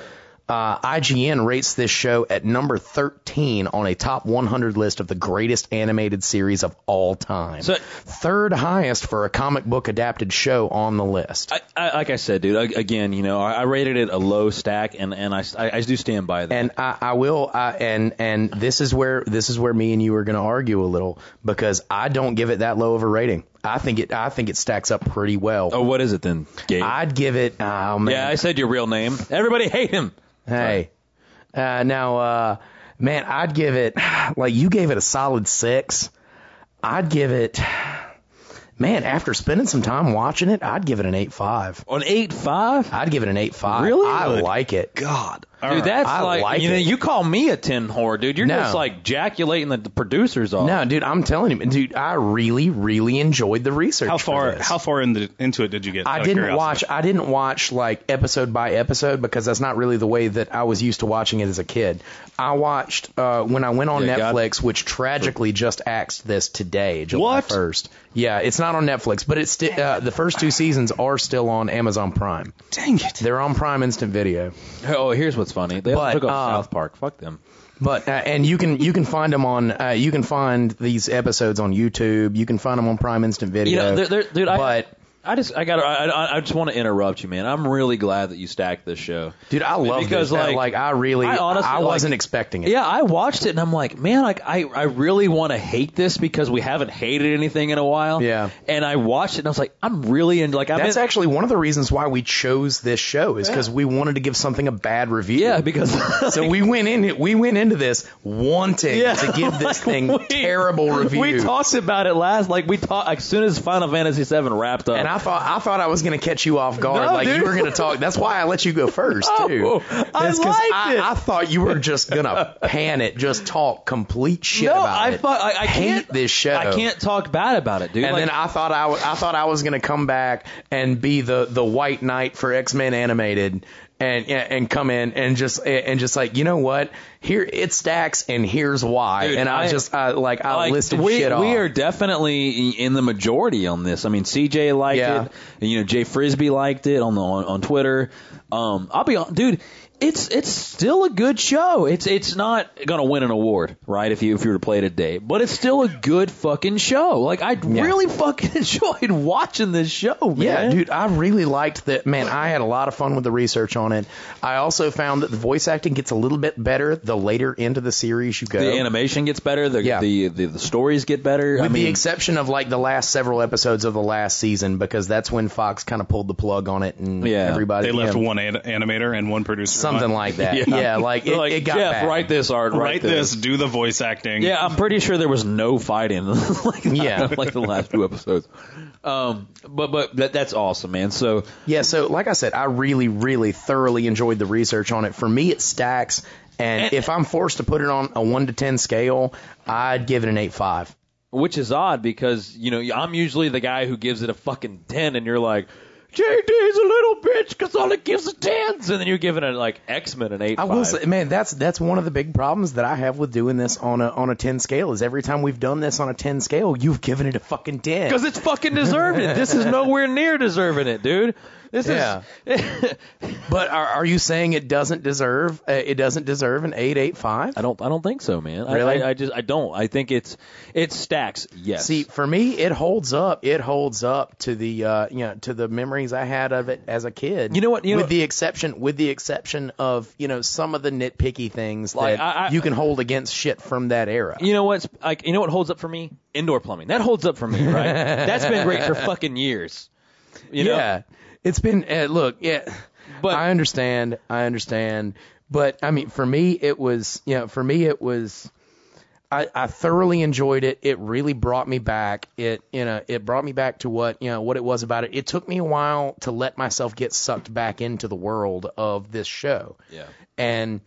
S4: Uh, IGN rates this show at number 13 on a top 100 list of the greatest animated series of all time.
S3: So-
S4: Third highest for a comic book adapted show on the list.
S3: I, I, like I said, dude. I, again, you know, I, I rated it a low stack, and and I, I, I do stand by that.
S4: and I, I will, I, and and this is where this is where me and you are going to argue a little because I don't give it that low of a rating. I think it I think it stacks up pretty well.
S3: oh, what is it then, Gabe?
S4: I'd give it. Oh man,
S3: yeah, I said your real name. Everybody hate him.
S4: Hey, uh, now, uh, man, I'd give it like you gave it a solid six. I'd give it, man, after spending some time watching it, I'd give it an eight five.
S3: On eight five,
S4: I'd give it an eight five.
S3: Really?
S4: I like it.
S9: God.
S3: dude. That's
S4: I
S3: like,
S4: like
S3: you know,
S4: it.
S3: you call me a tin whore, dude. You're
S4: No.
S3: just like jaculating the, the producers off.
S4: No, dude, I'm telling you, dude, I really, really enjoyed the research.
S6: How
S4: for
S6: far
S4: this.
S6: how far in the, into it did you get?
S4: I
S6: out of
S4: didn't
S6: curiosity?
S4: watch. I didn't watch like episode by episode because that's not really the way that I was used to watching it as a kid. I watched uh, when I went on
S3: Yeah, God.
S4: Netflix, which tragically just axed this today, July
S6: What?
S4: first. Yeah, it's not on Netflix, but it's sti- uh, the first two seasons are still on Amazon Prime.
S6: Dang it!
S4: They're on Prime Instant Video.
S3: Oh, here's what's funny. They
S4: But,
S3: took off
S4: uh,
S3: South Park. Fuck them.
S4: But uh, and you can you can find them on uh, you can find these episodes on YouTube. You can find them on Prime Instant Video.
S3: You know, they're, they're, dude.
S4: but
S3: I, I just, I got, to I, I, I just want to interrupt you, man. I'm really glad that you stacked this show.
S4: dude, I love
S3: Because,
S4: this. Uh,
S3: like,
S4: like I really
S3: I honestly, like-
S4: wasn't expecting it.
S3: Yeah, I watched it and I'm like, man, like I, I really want to hate this because we haven't hated anything in a while.
S4: Yeah.
S3: And I watched it and I was like, I'm really in like I'm
S4: That's
S3: in-
S4: actually one of the reasons why we chose this show is because we wanted to give something a bad review.
S3: yeah because
S4: so we went in we went into this wanting
S3: Yeah,
S4: to give this thing
S3: we-
S4: terrible review.
S3: we talked about it last like we talked as soon as Final Fantasy VII wrapped up.
S4: and I thought I thought I was gonna catch you off guard,
S3: No,
S4: like
S3: dude. Oh,
S4: you were gonna talk. That's why I let you go first too.
S3: I
S4: It's 'cause
S3: liked
S4: I,
S3: it.
S4: I thought you were just gonna pan it, just talk complete shit
S3: no,
S4: about
S3: I
S4: it.
S3: thought I, I
S4: Hate
S3: can't
S4: this show.
S3: I can't talk bad about it, dude.
S4: And
S3: Like,
S4: then I thought I, w- I thought I was gonna come back and be the the White Knight for X Men animated, and and come in and just and just like you know what here it stacks and here's why,
S3: Dude,
S4: and I,
S3: I-
S4: just I, like I
S3: like,
S4: listed
S3: we,
S4: shit off.
S3: we are definitely in the majority on this. I mean, CJ liked
S4: Yeah.
S3: it. and, You know, Jay Frisbee liked it on the on, on Twitter. Um, I'll be on, dude. It's it's still a good show. It's it's not gonna win an award, right? If you if you were to play it today, but it's still a good fucking show. Like I really fucking enjoyed watching this show, man.
S4: Yeah, dude, I really liked that. Man, I had a lot of fun with the research on it. I also found that the voice acting gets a little bit better the later into the series you go.
S3: The animation gets better. The
S4: Yeah.
S3: the, the the stories get better. I
S4: With
S3: mean,
S4: the exception of like the last several episodes of the last season, because that's when Fox kind of pulled the plug on it, and
S3: Yeah.
S4: everybody
S6: They left
S4: you know,
S6: one an- animator and one producer.
S4: something like that.
S3: Yeah.
S4: yeah. like it,
S3: they're like
S4: it got
S3: Jeff,
S4: bad.
S3: write this art,
S6: Write,
S3: write,
S6: this, do the voice acting.
S3: Yeah, I'm pretty sure there was no fighting like that,
S4: Yeah.
S3: like the last few episodes. Um, but but that, that's awesome, man. So
S4: Yeah, so like I said, I really, really thoroughly enjoyed the research on it. For me, it stacks, and, if I'm forced to put it on a one to ten scale, I'd give it an eight five.
S3: which is odd because you know I'm usually the guy who gives it a fucking ten, and you're like. JD's a little bitch because all it gives is tens, and then you're giving it like X Men an eight.
S4: I will say, man, that's that's one of the big problems that I have with doing this on a on a ten scale is every time we've done this on a ten scale, you've given it a fucking ten.
S3: because it's fucking deserving it. This is nowhere near deserving it, dude. This
S4: Yeah.
S3: is.
S4: But are, are you saying it doesn't deserve uh, it doesn't deserve an eight eight five?
S3: I don't. I don't think so, man. I-
S4: Really?
S3: I, I just. I don't. I think it's. It stacks. Yes.
S4: See, for me, it holds up. It holds up to the uh, you know to the memories I had of it as a kid.
S3: You know what- you know
S4: with
S3: what-
S4: the exception with the exception of you know some of the nitpicky things
S3: Like,
S4: that
S3: I- I-
S4: you can hold against shit from that era.
S3: You know what's like? You know what holds up for me? Indoor plumbing. That holds up for me, right? That's been great for fucking years. You know?
S4: yeah, it's been uh, look. Yeah,
S3: But-
S4: I understand. I understand. But I mean, for me, it was you know, for me, it was. I, I thoroughly enjoyed it. It really brought me back. It you know it brought me back to what you know what it was about it. It took me a while to let myself get sucked back into the world of this show.
S3: Yeah.
S4: And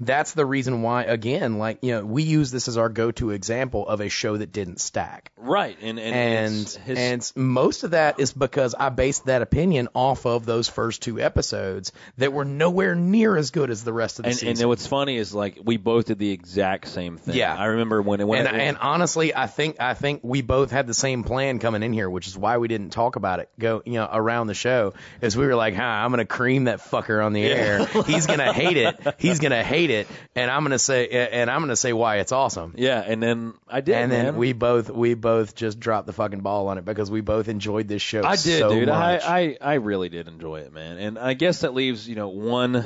S4: that's the reason why, again, like you know, we use this as our go-to example of a show that didn't stack.
S3: Right. And and,
S4: And
S3: it's his,
S4: and most of that is because I based that opinion off of those first two episodes that were nowhere near as good as the rest of the
S3: and,
S4: season.
S3: and then what's funny is like we both did the exact same thing.
S4: Yeah.
S3: I remember when it went.
S4: and, and honestly, I think I think we both had the same plan coming in here, which is why we didn't talk about it. Go, you know, around the show, is we were like, "Huh, I'm gonna cream that fucker on the air. He's gonna hate it. He's gonna hate it." And I'm gonna say, and I'm gonna say why it's awesome.
S3: yeah, and then I did.
S4: and then
S3: man.
S4: we both we both just dropped the fucking ball on it because we both enjoyed this show.
S3: I did,
S4: so
S3: dude.
S4: Much.
S3: I, I I really did enjoy it, man. And I guess that leaves you know one.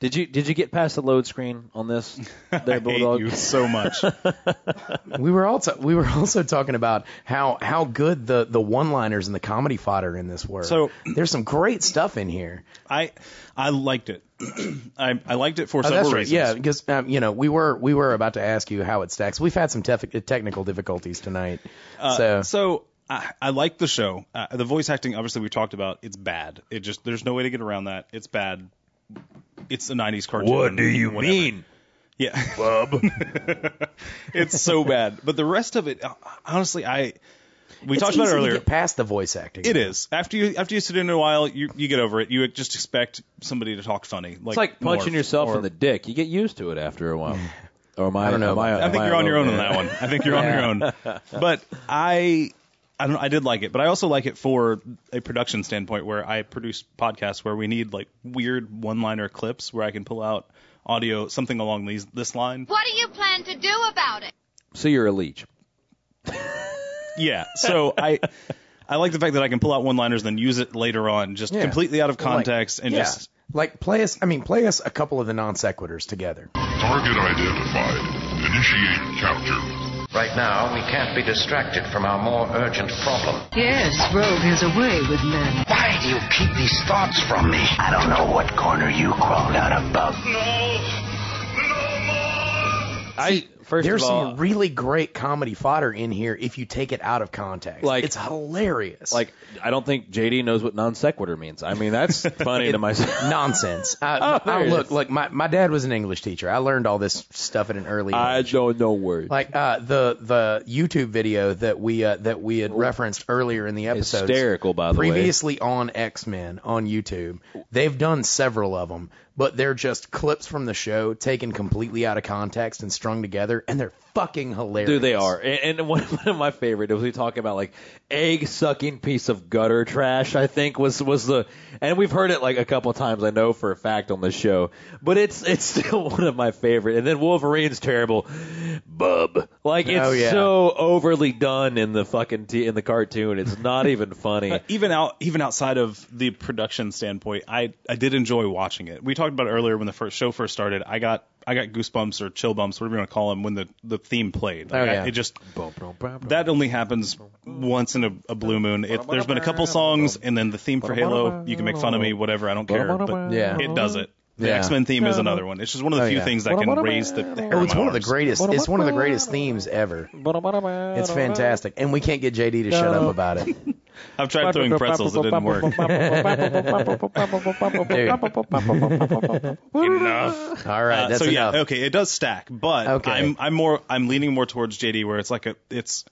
S3: Did you did you get past the load screen on this? There,
S6: I hate
S3: Bulldog.
S6: you so much.
S4: we were also we were also talking about how how good the the one liners and the comedy fodder in this were.
S6: So-
S4: there's some great stuff in here.
S6: I I liked it. I I liked it for
S4: Oh,
S6: several
S4: that's right.
S6: reasons.
S4: Yeah, because um, you know we were we were about to ask you how it stacks. We've had some tef- technical difficulties tonight, so,
S6: Uh, So I, I like the show. Uh, the voice acting, obviously, we talked about. It's bad. It just there's no way to get around that. It's bad. It's a '90s cartoon. whatever. Yeah, bub. it's so bad. But the rest of it, uh, honestly, I we
S4: it's
S6: talked about it
S4: easy to
S6: earlier.
S4: get past the voice acting.
S6: It is after you after you sit in a while, you you get over it. You just expect somebody to talk funny. Like
S3: It's like punching
S6: Morph
S3: yourself
S6: or-
S3: in the dick. You get used to it after a while. Or am I,
S4: don't know.
S3: Am I,
S6: I think you're on your own on that one. I think you're on your own. But I, I don't. I did like it, but I also like it for a production standpoint, where I produce podcasts where we need like weird one-liner clips where I can pull out audio, something along these this line.
S10: What do you plan to do about it?
S3: So you're a leech.
S6: Yeah. So I. I like the fact that I can pull out one-liners and then use it later on, just
S4: Yeah.
S6: completely out of
S4: Like,
S6: context and
S4: yeah.
S6: just
S4: like play us. I mean, play us a couple of the non sequiturs together.
S5: Target identified. Initiate capture.
S7: Right now, we can't be distracted from our more urgent problem.
S11: Yes, Rogue has a way with men.
S7: Why do you keep these thoughts from me? I don't know what corner you crawled out of, Bub.
S3: I first
S4: There's
S3: of all,
S4: some really great comedy fodder in here if you take it out of context.
S3: Like-
S4: it's hilarious.
S3: like I don't think JD knows what non sequitur means. I mean, that's funny to myself.
S4: Nonsense. I,
S3: Oh, there
S4: I
S3: it
S4: look,
S3: is.
S4: look. My, my dad was an English teacher. I learned all this stuff at an early
S3: I
S4: age.
S3: don't know words.
S4: like uh, the the YouTube video that we uh, that we had referenced earlier in the episode.
S3: Hysterical, by the way.
S4: previously on X Men on YouTube. They've done several of them, but they're just clips from the show taken completely out of context and strung together, and they're fucking hilarious.
S3: Dude, they are. And, and one, one of my favorite was we talk about like egg sucking piece of gutter trash. I think was was the, and we've heard it like a couple times. I know for a fact on the show, but it's it's still one of my favorite. And then Wolverine's terrible, bub. Like it's
S4: Oh, yeah.
S3: so overly done in the fucking t- in the cartoon. It's not even funny.
S6: But even out even outside of the production standpoint, I I did enjoy watching it. We talked about it earlier when the first show first started. I got I got goosebumps or chill bumps, whatever you want to call them, when the the theme played. Like,
S4: Oh,
S6: I-
S4: yeah.
S6: it just that only happens once in a, a blue moon. It, there's been a couple songs, and then the theme for Halo. You can make fun of me, whatever. I don't care. But
S4: Yeah.
S6: it does it. The
S4: Yeah.
S6: X Men theme is another one. It's just one of the
S4: Oh,
S6: few
S4: yeah.
S6: things that can raise the. the hair
S4: Oh,
S6: on
S4: it's
S6: my
S4: one of the
S6: arms.
S4: greatest. It's one of the greatest themes ever. It's fantastic, and we can't get JD to shut up about it.
S6: I've tried throwing pretzels. It didn't work.
S5: Enough.
S4: All right,
S6: Uh,
S4: that's
S6: so yeah,
S4: enough.
S6: okay, it does stack, but
S4: Okay.
S6: I'm I'm more I'm leaning more towards JD where it's like a it's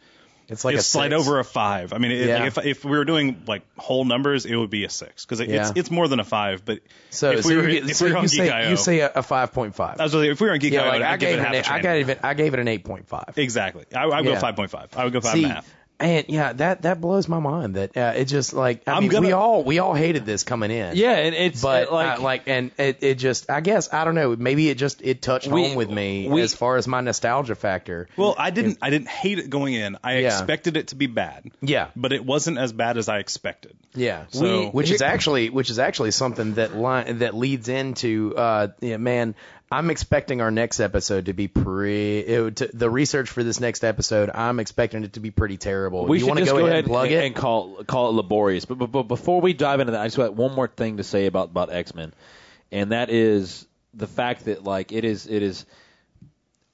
S4: It's like
S6: it's
S4: a
S6: slight
S4: six.
S6: over a five. I mean, it,
S4: Yeah.
S6: like if if we were doing like whole numbers, it would be a six because it, it's
S4: Yeah.
S6: it's more than a five. But
S4: So,
S6: if
S4: so
S6: we
S4: you
S6: were
S4: get-
S6: if
S4: so
S6: we were on
S4: you
S6: Geek
S4: say
S6: IO,
S4: you say a, a five point five.
S6: I was gonna say, if we were on Geek
S4: Yeah,
S6: IO,
S4: like
S6: I'd
S4: I
S6: give
S4: gave, it
S6: it half
S4: an,
S6: a
S4: eight- I
S6: train.
S4: gave it, I gave it an eight point five.
S6: exactly. I, I would
S4: Yeah.
S6: go five point five. I would go five
S4: See,
S6: and a half.
S4: and yeah, that that blows my mind. That uh, it just like I
S6: I'm
S4: mean,
S6: gonna-
S4: we all we all hated this coming in.
S3: yeah, and it's
S4: but
S3: it,
S4: uh, like, like and it, it just I guess I don't know. Maybe it just it touched
S3: We-
S4: home with me
S3: we-
S4: as far as my nostalgia factor.
S6: Well, I didn't I didn't hate it going in. I
S4: Yeah.
S6: expected it to be bad.
S4: Yeah.
S6: but it wasn't as bad as I expected.
S4: Yeah.
S6: So-
S4: which is actually which is actually something that line, that leads into uh yeah, man, I'm expecting our next episode to be pretty it, to, the research for this next episode, I'm expecting it to be pretty terrible.
S3: We
S4: you
S3: should
S4: want to
S3: just
S4: go, ahead and plug it?
S3: and call call it laborious. But, but, but before we dive into that, I just got one more thing to say about about X Men, and that is the fact that like it is it is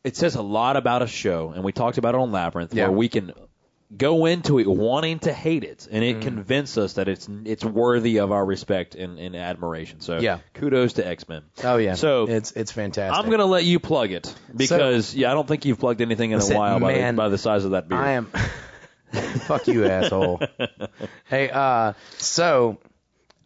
S3: it says a lot about a show, and we talked about it on Labyrinth,
S4: Yeah.
S3: where we can go into it wanting to hate it, and
S4: Mm.
S3: it convince us that it's it's worthy of our respect and, and admiration. So
S4: Yeah.
S3: kudos to X Men.
S4: Oh yeah.
S3: So-
S4: it's it's fantastic.
S3: I'm gonna let you plug it because yeah, I don't think you've plugged anything in
S4: Listen,
S3: a while by,
S4: man,
S3: the, by the size of that beard.
S4: I am. Fuck you, asshole. hey, uh, so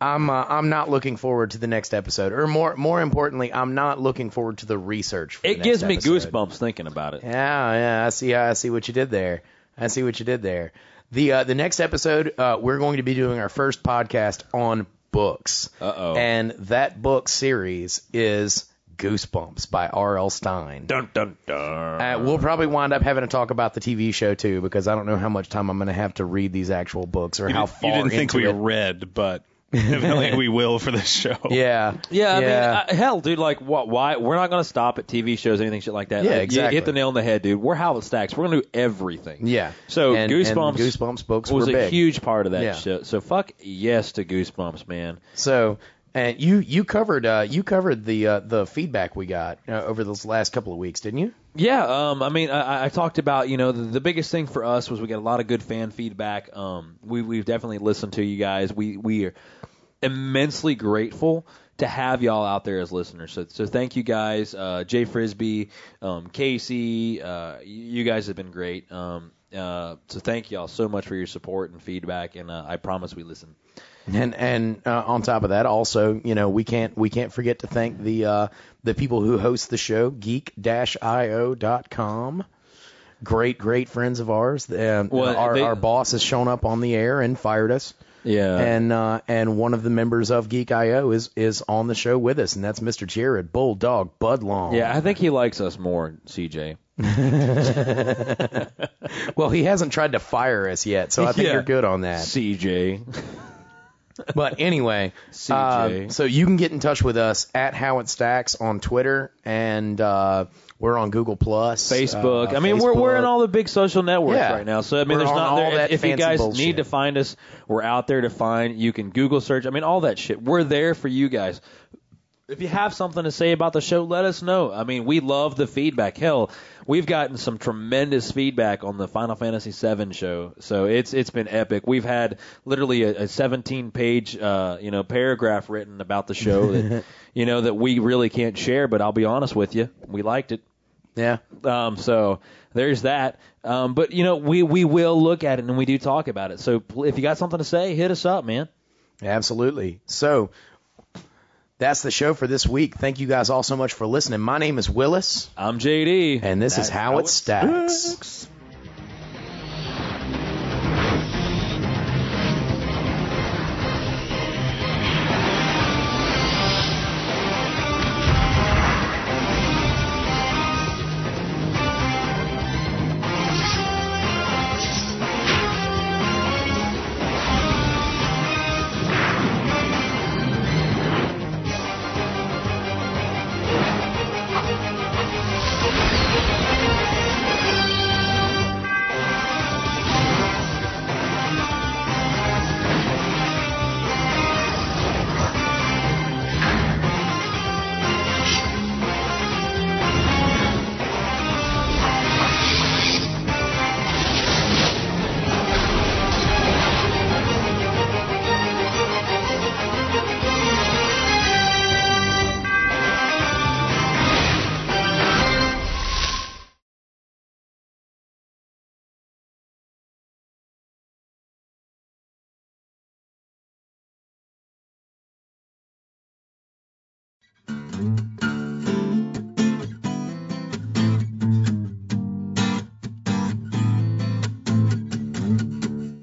S4: I'm uh, I'm not looking forward to the next episode, or more more importantly, I'm not looking forward to the research. For the
S3: It
S4: next
S3: gives me
S4: episode.
S3: goosebumps thinking about it.
S4: Yeah, yeah. I see. I see what you did there. I see what you did there. The uh, the next episode, uh, we're going to be doing our first podcast on books. Uh
S3: oh.
S4: And that book series is Goosebumps by R.L. Stein.
S3: Dun dun dun.
S4: Uh, we'll probably wind up having to talk about the TV show too, because I don't know how much time I'm going to have to read these actual books or
S6: You,
S4: how
S6: didn't-
S4: far
S6: you didn't think
S4: into
S6: we
S4: it.
S6: read, but evidently we will for this show.
S4: yeah,
S3: Yeah, I
S4: yeah.
S3: mean, I, hell, dude, like, what? Why? We're not gonna stop at TV shows, anything shit like that.
S4: Yeah,
S3: Like, you
S4: exactly.
S3: hit the nail on the head, dude. We're Howlett Stacks. We're gonna do everything.
S4: yeah.
S3: So
S4: And- and
S3: Goosebumps
S4: Goosebumps books
S3: was
S4: were
S3: a
S4: big.
S3: huge part of that
S4: Yeah.
S3: shit. So fuck yes to Goosebumps, man.
S4: So, and you you covered uh, you covered the uh, the feedback we got uh, over those last couple of weeks, didn't you?
S3: Yeah, um, I mean, I, I talked about you know the, the biggest thing for us was we got a lot of good fan feedback. Um, we we've definitely listened to you guys. We we are immensely grateful to have y'all out there as listeners. So so thank you guys, uh, Jay Frisbee, um, Casey, uh, you- you guys have been great. Um, uh, so thank y'all so much for your support and feedback, and uh, I promise we listen.
S4: And and uh, on top of that, also you know we can't we can't forget to thank the uh, the people who host the show, geek-io.com. Great, great friends of ours. Um,
S3: Well,
S4: our,
S3: they-
S4: our boss has shown up on the air and fired us.
S3: Yeah,
S4: and uh, and one of the members of Geek IO is is on the show with us, and that's Mr. Jared Bulldog Budlong.
S3: yeah, I think he likes us more, CJ.
S4: Well, he hasn't tried to fire us yet, so I think
S3: Yeah.
S4: you're good on that.
S3: CJ.
S4: But anyway,
S3: CJ.
S4: uh, so you can get in touch with us at How It Stacks on Twitter, and uh, we're on Google Plus,
S3: Facebook.
S4: uh,
S3: I mean, we're we're in
S4: Facebook.
S3: all the big social networks
S4: Yeah.
S3: right now. So I mean,
S4: We're
S3: there's
S4: on
S3: not
S4: all
S3: there,
S4: that
S3: if you
S4: fancy
S3: guys
S4: bullshit.
S3: need to find us, we're out there to find. You can Google search. I mean, all that shit. We're there for you guys. If you have something to say about the show, let us know. I mean, we love the feedback. Hell, we've gotten some tremendous feedback on the Final Fantasy VII show, so it's it's been epic. We've had literally a, a 17 page uh, you know paragraph written about the show that you know that we really can't share. But I'll be honest with you, we liked it.
S4: Yeah,
S3: Um, so there's that. Um, but you know, we we will look at it and we do talk about it. So pl- if you got something to say, hit us up, man.
S4: absolutely. So. That's the show for this week. Thank you guys all so much for listening. My name is Willis,
S3: I'm JD.
S4: and this
S3: That's
S4: is How It stacks.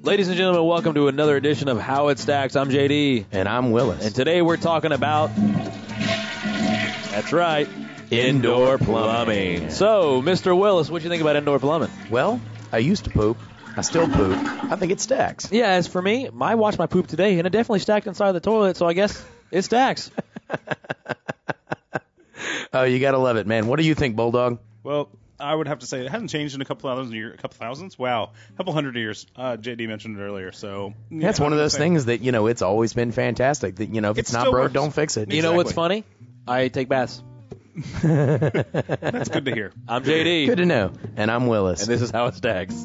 S3: Ladies and gentlemen, welcome to another edition of How It Stacks. I'm JD,
S4: And I'm Willis.
S3: and today we're talking about. That's right.
S4: Indoor
S3: plumbing. So, Mr. Willis, what do you think about indoor plumbing?
S4: Well, I used to poop. I still poop. I think it stacks.
S3: Yeah, as for me, I watched my poop today, and it definitely stacked inside the toilet. So I guess it stacks.
S4: Oh, you gotta love it, man. What do you think, Bulldog?
S6: Well, I would have to say it hasn't changed in a couple thousand years. A couple thousands? Wow, a couple hundred years. Uh, JD mentioned it earlier, so yeah,
S4: That's one of
S6: I'm
S4: those
S6: saying-
S4: things that you know it's always been fantastic. That you know if
S6: It
S4: it's not
S6: still
S4: broke,
S6: works.
S4: don't fix it.
S3: You know what's
S6: Exactly.
S3: funny? I take baths.
S6: That's good to hear.
S3: I'm JD.
S4: Good to know. And I'm Willis.
S3: and this is how it stacks.